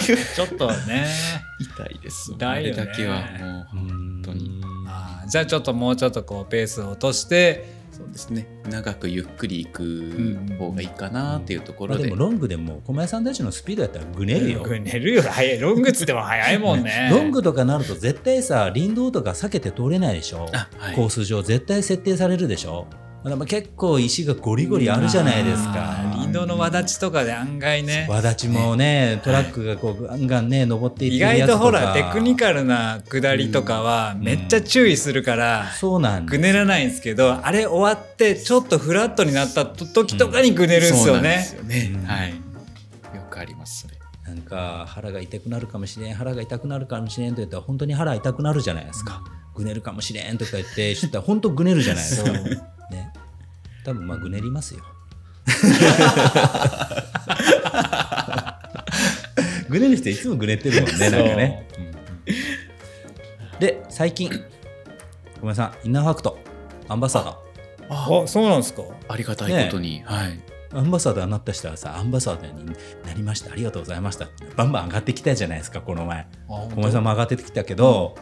ちょっとね
痛いです
痛いよね
あれだけはもう
本
当に
あーじゃあちょっともうちょっとこうペースを落として
そうですね長くゆっくり行
ん
く方がいいかなっていうとこ
まあ、
ろで、
でもロングでも小林さんたちのスピードやったらぐねるよ。
ぐねるよ早いロングっつっても早いもんね
ロングとかなると絶対さ林道とか避けて通れないでしょ、
あはい
コース上絶対設定されるでしょだから結構石がゴリゴリあるじゃないです
あ
か
ー林道の輪立ちとかで案外ね
輪立ちもねトラックがこうガンガンね登っていっ
意
てる
外
やつ
と
とか
ほらテクニカルな下りとかはめっちゃ注意するから、
そうなんです
ぐねらないんですけどあれ終わってちょっとフラットになった時とかにぐねるんです
そう
よ
なんで
ね
す、よね、
うん
はいよくありますそれ
なんか腹が痛くなるかもしれん腹が痛くなるかもしれんと言ったら本当に腹痛くなるじゃないですか、ぐねるかもしれんとか言って知ったら本当ぐねるじゃないですか、
そう
ね、多分まあぐねります よぐねる人いつもぐねってるもんねなんかね、で最近ごめんなさいインナーファクトアンバサダ
あそうなんですか
ありがたいことに、はい
ーアンバサダーになった人はさアンバサダーになりましたありがとうございましたバンバン上がってきたじゃないですかこの前
小
小林さんも上がってきたけど、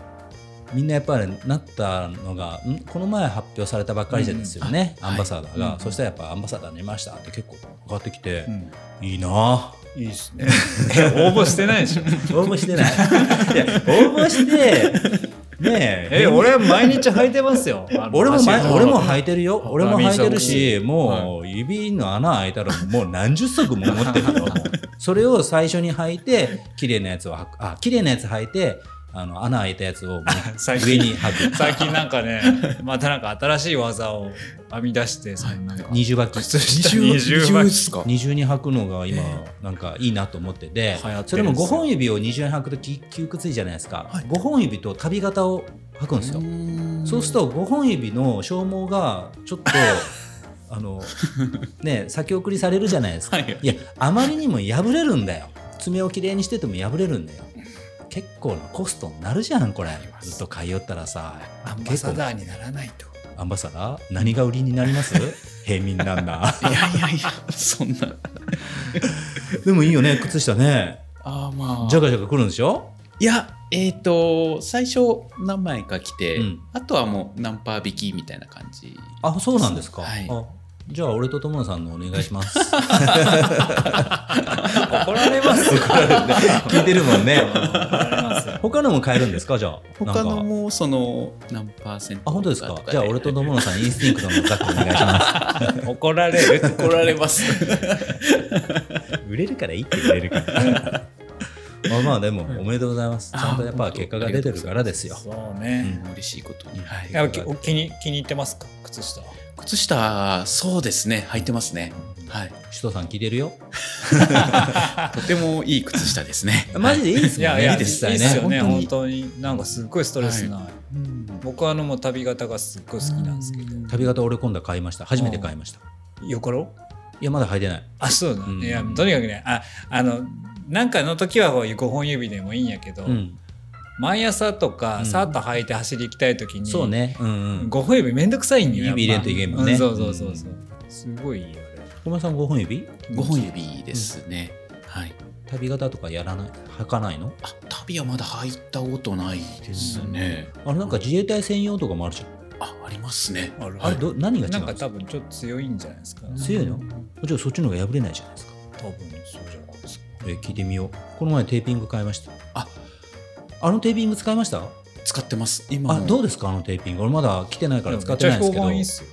みんなやっぱりなったのがんこの前発表されたばっかりじゃですよね、
うんあ
アンバサダーが、
はい
そしたらやっぱアンバサダーになりましたって結構上がってきて
う、ん
いいなぁ
いいです ね応募してないでしょ
応募してない いや応募してね え
え俺は毎日履いてますよあの
俺も前
足の
俺も履いてるよ
あ
俺も履いてるし
ラ
もう指の穴開いたらもう何十足も持ってるよもうそれを最初に履いて綺麗なやつを履くあ綺麗なやつ履いてあの穴開いたやつをもう
最近
上に履く
最近なんかねまたなんか新しい技を編み出してそのなんか
二重履
靴
き
下
二
二重
重二重
巻
で
き
すか
二重に履くのが今
え
なんかいいなと思ってて
流行ってるんですよ
それも5本指を二重に履くとき窮屈いじゃないですか
はい
5本指と旅型を履くんですよそうすると5本指の消耗がちょっとあの、ね、先送りされるじゃないですか。
はい
いやあまりにも破れるんだよ爪をきれいにしてても破れるんだよ結構なコストになるじゃんこれずっと通ったらさ
アンバサダーにならないと
アンバサダー何が売りになります平民なんだ
いやいやいやそんな
でもいいよね靴下ね
あーまあ
じゃかじゃか来るんでしょ
いやえっ、と最初何枚か来て、
うん
あとはもう何パー引きみたいな感じ
あそうなんですか、
はい
あじゃあ俺と友野さんのお願いします
怒られます
聞いてるもんね
怒られますよ
他のも買えるんですかじゃあ
他
な
の
んか
もその何パーセント
あ本当ですか
と
じゃあ俺と友野さんインスティンクトのザックお願いしま
怒られる
怒られます。
す 売れるからいいって売れるからまあまあでもおめでとうございますち
あ
ゃんとやっぱ結果が出てるからですよ
そうね、
嬉しいことに。はい
やっぱきお気に気に入ってますか靴下は
靴下、そうですね、履いてますね。はい。
首藤さん聞いてるよ
とてもいい靴下で
。
すね
マジでいいです
い
もん
やい
ね
や
実際
いいっすよ
ね
ね
本当
本
に
当になんかすっごいストレスない、
うん
僕はあのもう旅型がすっごい好きなんですけど
旅型俺今度は買いました初めて買いました
よころ
いやまだ履いてない
あそうだ、
うん
いやとにかくねああのなんかの時はこう5本指でもいいんやけど、
うん
毎朝と
う
か
ん
さっと履いて走り行きたい時に、
そうねうんうん
5本指めんどくさいんよやっぱ
指入れんといけんもんね
うそうそうそうそうすごいいいよ
小林さん5本指
五本指ですね。はい。
旅型とかやらない履かないの
あ、タビはまだ履いたことないですね。
あれなんか自衛隊専用とかもあるじゃん
あ、ありますね。
あれ
あれど何が違
な
うんん
か
ですか
多分ちょっと強いんじゃないですか
強いのもちろんそっちの方が破れないじゃないですか
多分そうじゃないですか
えー聞いてみようこの前テーピング買いました
あ
あのテーピング使いました
使ってます。今
あ
も
どうですかあのテーピング俺まだ来てないから使ってないんですけど
めっちゃ評判いいっすよ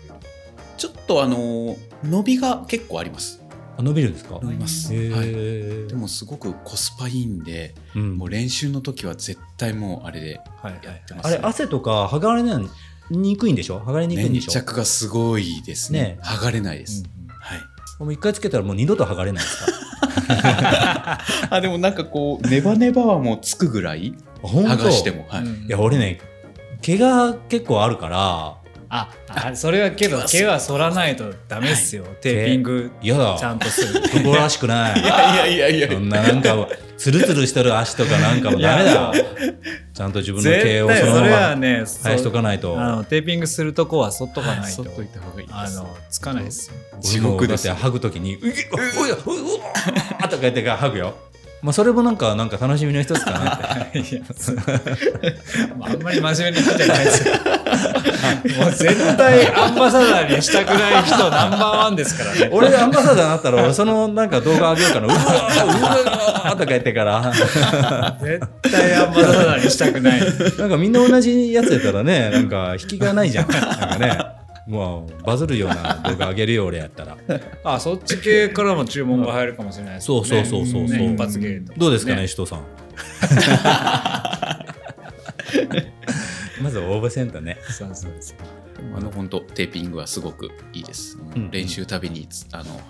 ちょっとあの、伸びが結構あります。
あ伸びるんですか
伸びます。
へー
はい。でもすごくコスパいいんで、
うん
もう練習の時は絶対もうあれで
はいはい
やってま
あ
すね、
れ汗とか剥がれないにくいんでしょ剥がれにくいんで
粘
しょ
着がすごいですね
ね
剥がれないです、
うん
はい
もう一回つけたらもう二度と剥がれないですか
あでもなんかこうネバネバはもうつくぐらい
あ本当
剥がしても、はい
うん
いや俺ね毛が結構あるから
ああそれはけど
毛は
毛は剃らないとダメっすよ、テーピング
嫌だ
ちゃんとする
男らしくない
いやいやいやい
そ
や
んななんかツルツルしてる足とかなんかもダメだよちゃんと自分の
絶
毛を
対
そのま
そ
ま
れはねそ
生やしとかないと
あのテーピングするとこは剃っとかないと
そっといた方がいいで
あ
す
のつかないですよ
地
地
獄
獄
だ
で
っ
す
て
よ
ハグときに「うぎおいおいうおあとか言ってからハグよまあそれもなんかなんか楽しみの一つかな って
いやそうあ んまり真面目に聞いてないですよもう絶対アンバサダーにしたくない人ナンバーワンですからね
俺アンバサダーになったら俺そのなんか動画あげよ うかな「うわうわあとか言ってから
絶対アンバサダーにしたくな い
なんかみんな同じやつやったらねなんか引きがないじゃんなんかねもうバズるような動画あげるよ俺やったら
あそっち系からも注文が入るかもしれないです ね
そうそうそうそうそう
ね一発芸と
どうですかね
ね
石藤さん まず応募せんとね
そうそうそう
あの本当テーピングはすごくいいです、
ん
練習たびにつあの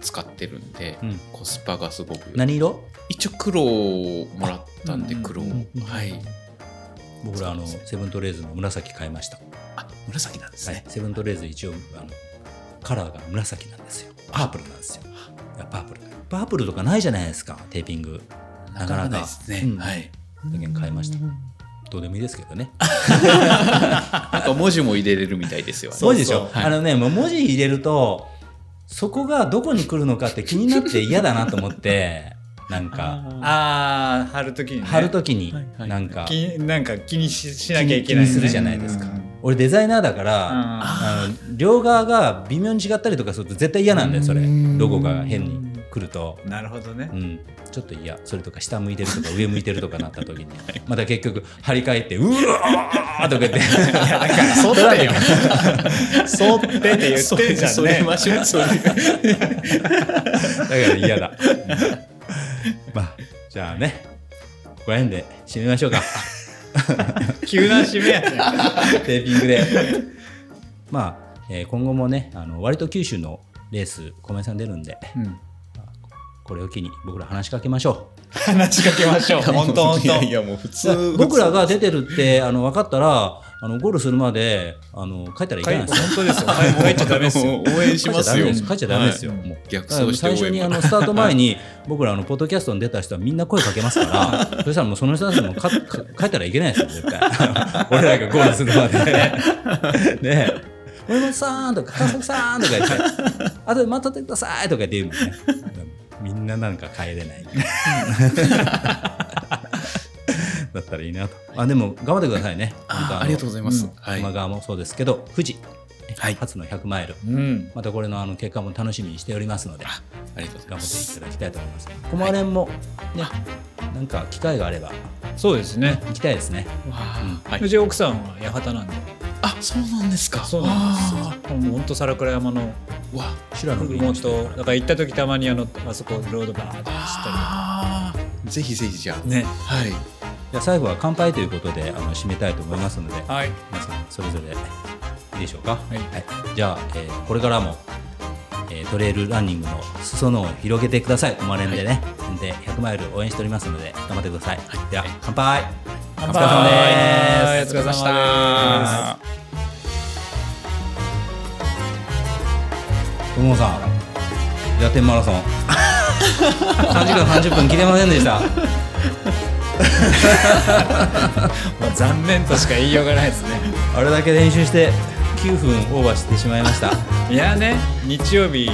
使ってるんで、
うん
コスパがすごく
何色
一応黒をもらったんで
うん
黒を、
うんうん
はい
僕らあのセブントレーズの紫買いました
あ紫なんです
は
ね、
い、セブントレーズ一応あのカラーが紫なんですよパープルなんですよいやパープルパープルとかないじゃないですかテーピング
なかなかないですね、
うん
はい
だけど買いましたどうでもいいですけどね
なんか文字も入れれるみたいですよ
文字でしょ、
はい
あのねもう文字入れるとそこがどこに来るのかって気になって嫌だなと思ってなんか
ああ貼るときに、ね、
貼る時に
はいはい
なんか
きなんか気にししなきゃい
気
けない、
に
ね、
するじゃないですか
うん
俺デザイナーだから
あ
あの両側が微妙に違ったりとかすると絶対嫌なんだよそれ
うん
ロゴが変に来ると。
ーなるほどね
うん、ちょっと嫌それとか下向いてるとか上向いてるとかなった時に また結局張り替えて「うわ!」とか言って
だからそうだよそうってって言っ
そ
てんじゃんね
それはしますそれ
だから嫌だ。まあ、じゃあね、ここら辺で締めま しょうか。
急な締めやね
テーピングで。まあ、えー今後もね、あの割と九州のレース、小林さん出るんで、
うん
これを機に僕ら話しかけましょ
話しかけましょう本当本
いやい
当
やもう普
う。だから
通
僕らが出てるってあの分かったら、あのゴールするまであの帰ったらいけないんですよ。
本当ですよ帰っちゃダメですよ
応援しますよ
帰っちゃダメですよ。もう
逆
だから
走して
最
応援
初にあのスタート前 に僕らあのポッドキャストに出た人はみんな声かけますから そしたらもうその人たちもかか書いたらいけないですよ絶対俺らがゴールするま でねえ森本さんとか川崎さんとか言ってあとで待っててくださいとか言って言うもんねみんななんか帰れない だったらいいなとあでも頑張ってくださいね
あー
本当の
ありがとうございます、
うん
はい
熊川もそうですけど富士、
はい
初の100マイル
うん
またこれのあの結果も楽しみにしておりますので
ありがとうござ
頑張っ
いま
てい
す
ただきたいと思います。コマレンもね、なんか機会があれば
そうですね
行きたいですね。
わあは
う
い、
ち奥さんは八幡なんで
あそうなんですか
そうなん
わ
ですよもうほんと皿倉山の
あわ
修羅の国の
も
人
とだから行った時たまにあのあそこロードバーって走
ああぜひぜひじゃあ
ったりね
はい
じゃあ最後は乾杯ということであの締めたいと思いますので、
はい
皆さんそれぞれいいでしょうか。はいじゃあ、えーこれからも、えートレイルランニングの裾野を広げてください。コマレンでね、で100マイル応援しておりますので頑張ってください。では乾杯。
乾
お疲れ様です
杯お疲れ様でした
友野さん、野天マラソ ン、3時間30分切れませんでした。
もう残念としか言いようがないですね
あれだけ練習して9分オーバーしてしまいました
いやね日曜日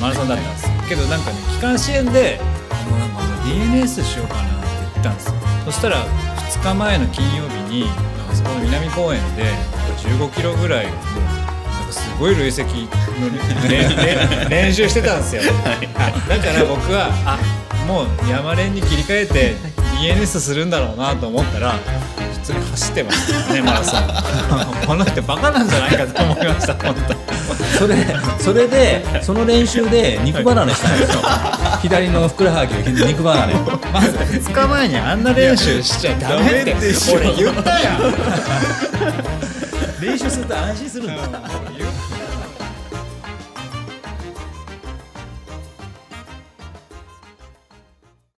マラソンだったんですよけどなんかね気管支炎であのなんかもう DNS しようかなって言ったんですよそしたら2日前の金曜日になんかそこの南公園で1 5キロぐらいもうなんかすごい累積のれれれ 練習してたんですよ、だから僕はあもう山連に切り替えて DNS するんだろうなと思ったら普通に走ってましたねマラソン この人バカなんじゃないかと思いました本当
それそれでその練習で肉離れしたん ですよ左のふくらはぎを肉離れ
まず2日前にあんな練習しちゃダメって
ダメでしょ
俺言ったやん
練習すると安心するんだ
言った